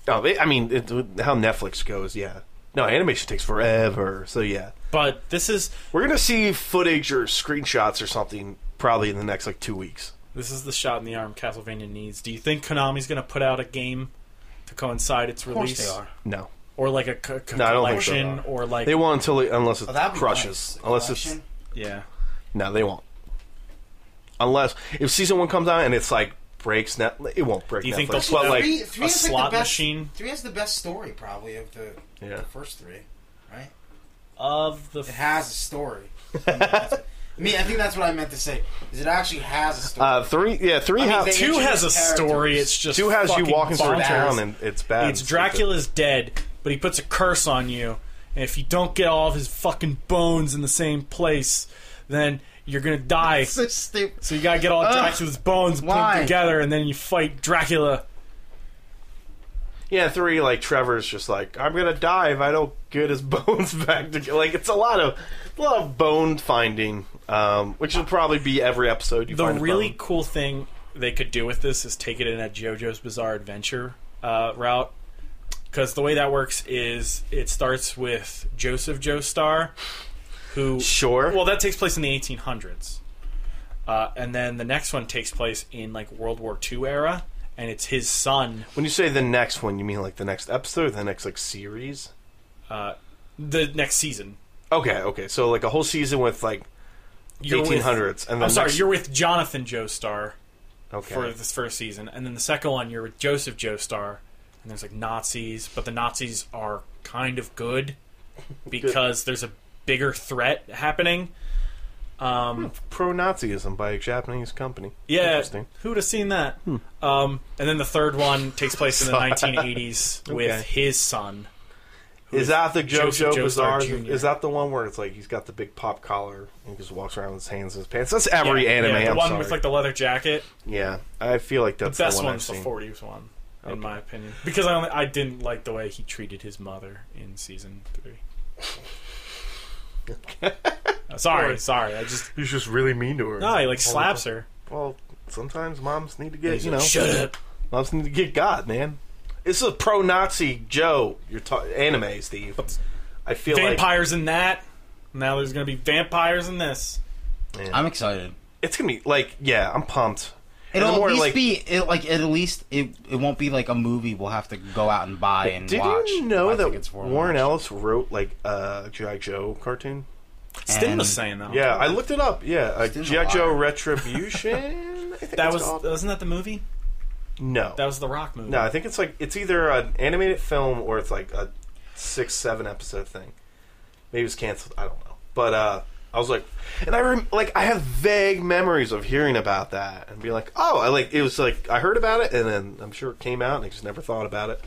No, Oh, they- I mean it, how Netflix goes. Yeah, no, animation takes forever. So yeah, But this is we're gonna see footage or screenshots or something probably in the next like two weeks. this is the shot in the arm Castlevania needs. Do you think Konami's gonna put out a game to coincide its of course release, they are. No, or like a co- co- No, I don't think so. collection, or like They won't until it, unless it Oh, that'd be crushes. nice. Unless Collection. it's yeah? no, they won't. Unless if season one comes out and it's like breaks net, it won't break. Do you Netflix, think they'll but put like three, a three is slot like the best, machine? Three has the best story probably of the, Yeah. the first three, right? Of the It has a story. I mean, that's it. I mean, I think that's what I meant to say. Is it actually has a story? uh, three, yeah, three mean, have they- two, two has a characters. story. It's just two has you fucking walking through bonkers. town and it's bad. It's Dracula's dead, but he puts a curse on you, and if you don't get all of his fucking bones in the same place, then you're gonna die. so stupid. So you gotta get all Ugh. Dracula's bones put Why? together, and then you fight Dracula. Yeah, three like Trevor's just like I'm gonna die if I don't get his bones back together. Like it's a lot of a lot of bone finding, um, which will probably be every episode. You The find a really bone. cool thing they could do with this is take it in a JoJo's Bizarre Adventure uh, route. Because the way that works is it starts with Joseph Joestar, who sure. Well, that takes place in the 1800s, uh, and then the next one takes place in like World War II era, and it's his son. when you say the next one, you mean like the next episode, or the next like series? Uh, the next season, Okay, okay. So like a whole season with like You're with- 1800s, and then I'm sorry, next- you're with Jonathan Joestar okay. for this first season, and then the second one you're with Joseph Joestar, and there's like Nazis, but the Nazis are kind of good because there's a bigger threat happening. Um, pro-Nazism by a Japanese company. Yeah, Interesting. Hmm. who would have seen that? Um, and then the third one takes place in the 1980s with Okay. his son. who Is that the Joseph JoJo Joestar Bizarre? Jr.. Is that the one where it's like he's got the big pop collar and he just walks around with his hands in his pants? That's every Yeah, anime. yeah, the I'm one sorry. with like the leather jacket. yeah, I feel like that's Best the one one's I've the seen. 40s one, Okay. in my opinion, because I only, I didn't like the way he treated his mother in season three. Uh, sorry, sorry. I just He's just really mean to her. no, he like slaps her. Well, sometimes moms need to And get he's you know like, shut up. moms need to get God, man. It's a pro-Nazi Joe. You're ta- anime, Steve. I feel Vampires in that. Now there's gonna be vampires in this. like yeah. I'm excited. it's gonna be like yeah, I'm pumped. And the It'll more, at least like- be it, like at least it, it won't be like a movie we'll have to go out and buy and Did watch. you know buy that tickets for and Warren watch. Ellis wrote like a G.I. Joe cartoon? Stim And- was saying though. Yeah, I looked it up. Yeah, uh, Still G.I. Joe alive. Retribution. I think That it's was called. wasn't that the movie? no, That was the Rock movie. no. I think it's like it's either an animated film or it's like a six, seven episode thing. Maybe it was canceled. I don't know. But uh, I was like, and I rem- like I have vague memories of hearing about that and being like, oh, I like it was like I heard about it and then I'm sure it came out and I just never thought about it.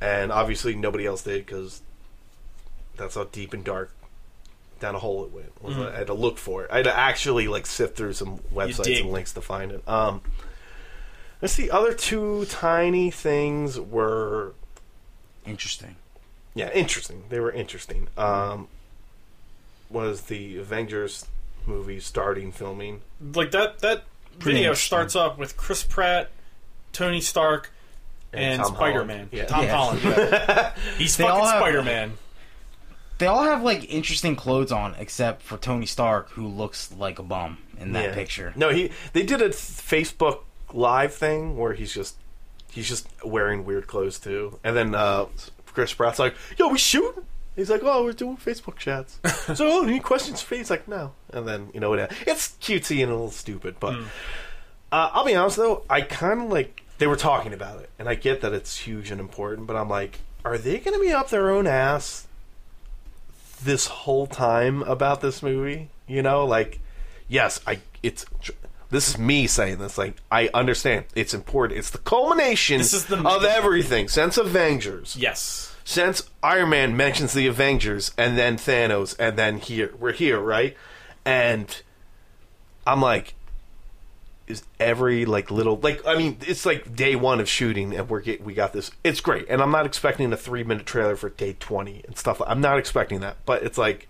And obviously nobody else did because that's how deep and dark down a hole it went. Was I had to look for it. I had to actually like sift through some websites dig. and links to find it. Um, let's see. Other two tiny things were Interesting. yeah interesting. They were interesting. Um, was the Avengers movie starting filming? like that that Pretty video interesting. starts off with Chris Pratt, Tony Stark, and, Tom Holland. Spider Man. Yeah. Tom Yeah. Holland. He's They all fucking have- Spider Man. They all have like interesting clothes on, except for Tony Stark, who looks like a bum in that Yeah. picture. No, he they did a Facebook live thing where he's just he's just wearing weird clothes too. And then uh, Chris Pratt's like, "Yo, we shooting?" He's like, "Oh, we're doing Facebook chats." so, oh, any questions for me? He's like, "No." And then you know it, it's cutesy and a little stupid, but Mm. uh, I'll be honest though, I kind of like they were talking about it, and I get that it's huge and important, but I'm like, are they going to be up their own ass this whole time about this movie? You know, like, yes, I it's this is me saying this. Like, I understand it's important. It's the culmination This is the- of everything since Avengers, Yes. since Iron Man mentions the Avengers, and then Thanos, and then here we're here, right? And I'm like, is every like little like I mean it's like day one of shooting and we're get, we got this it's great and I'm not expecting a three minute trailer for day twenty and stuff I'm not expecting that but it's like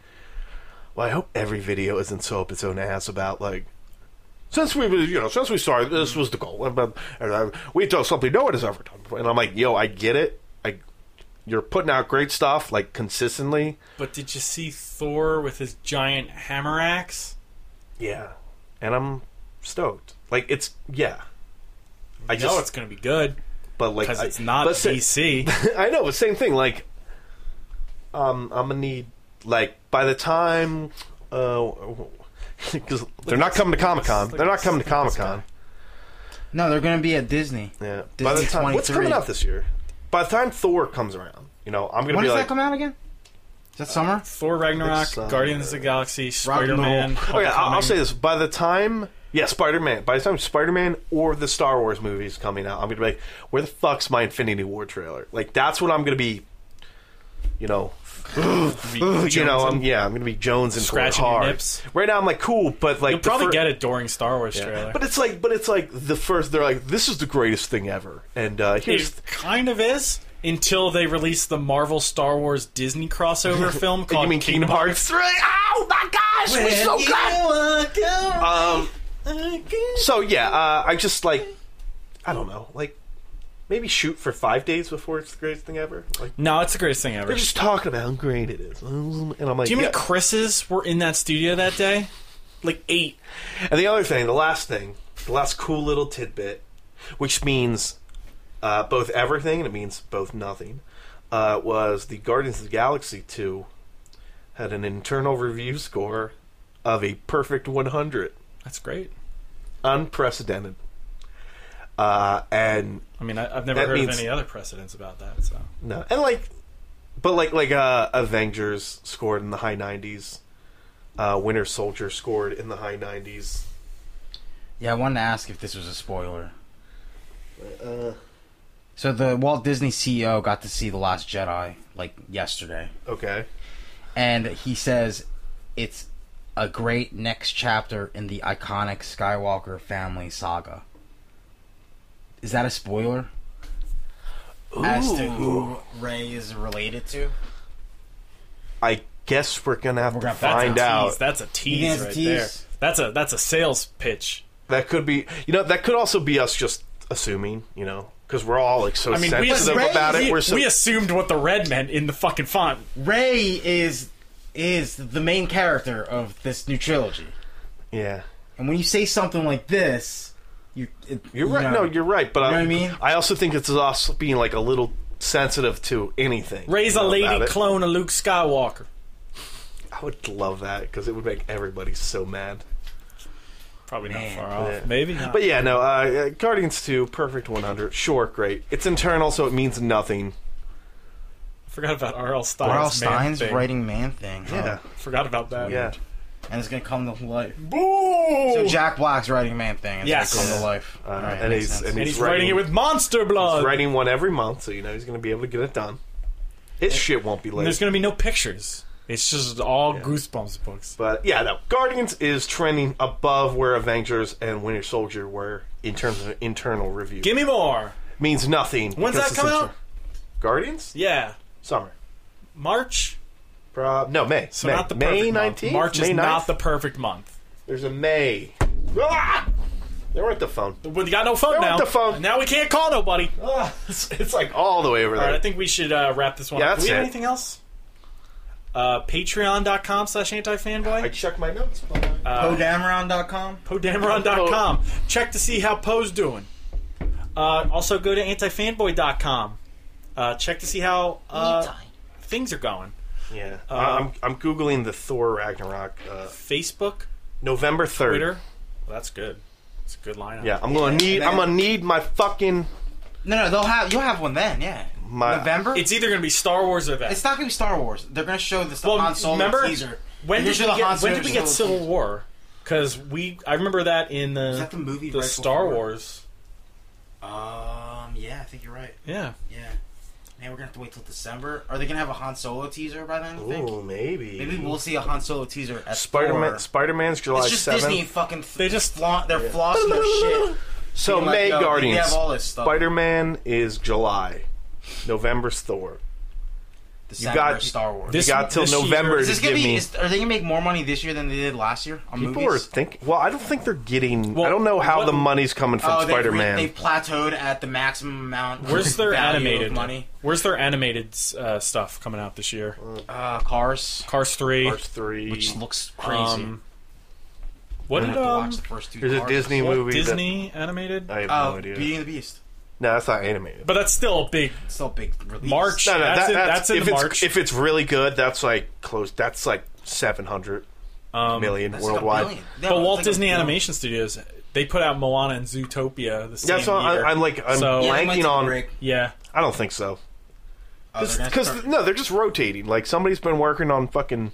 well I hope every video isn't so up its own ass about like since we you know since we started this was the goal and, but- and I- we done something no one has ever done before and I'm like yo I get it I you're putting out great stuff like consistently But did you see Thor with his giant hammer axe? yeah and I'm stoked like it's yeah I I know it's going to be good but like because I- it's not but si- DC. I know, but same thing. Like, um, I'm gonna need like by the time, uh, because they're not coming to Comic Con. Look at They're not this- coming to look at Comic this Con. No, they're gonna be at Disney. Yeah. Disney by the time what's 23. coming out this year? By the time Thor comes around, you know, I'm gonna When be does like, that come out again? Is that summer? Thor Ragnarok, It's, uh, Guardians of the Galaxy, Rock Spider and roll. Man. Okay, Oh, I'll, I'll say this: by the time, yeah, Spider Man. By the time Spider Man or the Star Wars movies coming out, I'm gonna be like, where the fuck's my Infinity War trailer? Like, that's what I'm gonna be. You know, you know, I'm, yeah, I'm gonna be Jones and Scratching your hard. nips. Right now, I'm like cool, but like You'll the probably fir- get it during Star Wars trailer. But it's like, but it's like the first. They're like, this is the greatest thing ever, and uh, here's. It kind of is until they release the Marvel Star Wars Disney crossover film called you mean Kingdom Hearts three? Oh my gosh, it was so good. Um, so yeah, uh, I just like, I don't know, like maybe shoot for five days before it's the greatest thing ever. Like No, it's the greatest thing ever. they're just talking about how great it is, and I'm like, Do you mean yeah. Chris's were in that studio that day? Like eight. And the other thing, the last thing, the last cool little tidbit, which means uh, both everything and it means both nothing, uh, was the Guardians of the Galaxy 2 had an internal review score of a perfect 100. That's great. Unprecedented. Uh, and I mean, I, I've never That heard means- of any other precedents about that. So No, and like, but like like uh, Avengers scored in the high nineties. Uh, Winter Soldier scored in the high nineties. Yeah, I wanted to ask if this was a spoiler. Uh, So the Walt Disney CEO got to see The Last Jedi like yesterday, okay, and he says it's a great next chapter in the iconic Skywalker family saga. Is that a spoiler? As to who Ray is related to? I guess we're gonna have We're to gonna- that's a find tease. out. That's a You tease think right it's a there. tease? That's a that's a sales pitch. That could be, you know, that could also be us just assuming, you know, because we're all like so I mean, we, sensitive Ray- about it. we- We're so we assumed what the red meant in the fucking font. Ray is is the main character of this new trilogy, yeah. and when you say something like this, you it, You're you right. know, no, you're right. But You know I, what I mean? I also think it's us being like a little sensitive to anything. Ray's you a know, about lady it. clone of Luke Skywalker. I would love that because it would make everybody so mad. Probably Man. not far off. Yeah. Maybe not. But yeah, no, uh, uh, Guardians 2, perfect 100. Sure, great. It's internal, so it means nothing. I forgot about R.L. Stein's. R.L. man Stein's thing. writing man thing. huh? Yeah. Forgot about that. Uh, Yeah. and it's gonna come to life. Boo! So Jack Black's writing Man Thing. It's Yes. gonna come to life. Uh, All right, and makes he's- sense. and and he's he's writing, writing- it with monster blood. He's writing one every month, so you know he's going to be able to get it done. His shit won't be And there's late. going to be no pictures. It's just all Yeah. Goosebumps books. But yeah, no. Guardians is trending above where Avengers and Winter Soldier were in terms of internal review. Give me more. means nothing. because When's that it's come inter- out? Guardians? Yeah, Summer. March. Prob- no, May. So May. not the perfect May month. 19th? March is May not 9th? the perfect month. There's a May. Ah! They're at the phone. We got no phone They're now. with the phone. Now we can't call nobody. All Ah, it's, it's like all the way over there. right, I think we should uh, wrap this one Yeah, up. Do we that's have it. anything else? Uh, Patreon.com slash I antifanboy. checked my notes. but- Podameron.com. Podameron.com. Check to see how Poe's doing. Uh, also, go to antifanboy.com. Uh, check to see how uh, things are going. yeah, Uh, I'm, I'm googling the Thor Ragnarok. Uh, Facebook, November third. Twitter. Well, that's good. It's a good lineup. Yeah, I'm gonna need. and then- I'm gonna need my fucking No, no, they'll have you'll have one then. Yeah, My- November. It's It's either going to be Star Wars or that. it's not gonna be Star Wars. They're gonna show the Well, Han Solo remember teaser. when They're did, gonna show we the Han get, when Solo did we get teaser. Civil War? Because we, I remember that in the Was that the movie the right Star before? Wars. Um, yeah, I think you're right. Yeah, Yeah, man, we're gonna have to wait till December. Are they gonna have a Han Solo teaser by then? I think. maybe. Maybe we'll see a Han Solo teaser at Spider Man. Thor. Spider Man's July It's just Disney seventh. fucking. Th- They just- flaunt. They're flossing their shit. So Being like, May yo, they Guardians. have all this stuff. Spider Man is July. November's Thor. December got- Star Wars. this- you got till this year- November is to this gonna give be? me. Is, are they gonna make more money this year than they did last year on People are movies? thinking. Well, I don't think they're getting. Well, I don't know how what- the money's coming from Oh, they Spider Man. They plateaued at the maximum amount. where's of their value of animated money? Where's their animated uh, stuff coming out this year? Uh, Cars, Cars three. March three. which looks crazy. um, what I did have to um, watch the first two. There's a Cars. Disney what movie. Disney animated? That, I have Oh, no idea. Beauty and the Beast. no, that's not animated. but that's still a big It's still a big release. March. no, no, that's, that- in, that's, that's in if it's March. if it's really good, that's like close. That's like seven hundred million That's like a worldwide. billion. No, but it's Walt like a Disney billion. Animation Studios, they put out Moana and Zootopia the same That's what year. I, I'm like. I'm So- Yeah, they might blanking take a on. break. yeah, I don't think so. Oh, they're gonna Because start- no, they're just rotating. Like somebody's been working on fucking.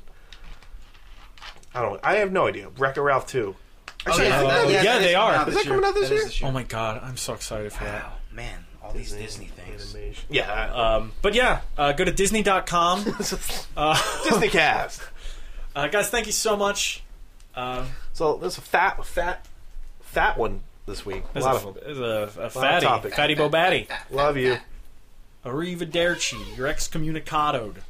I don't. I have no idea. Wreck It Ralph two. Oh, Actually, is that- yeah, that they coming are. out Is that coming out this That is year? Oh my god, I'm so excited for that. Wow, oh, man, all these Disney things. yeah. Um, but yeah, uh, go to Disney.com. Disney cast. Uh, guys, thank you so much. Uh, So there's a fat, fat, fat one this week. A there's lot a, of them. there's a, a fatty, topics. fatty bobatty. Love you. Arrivederci, you're excommunicadoed.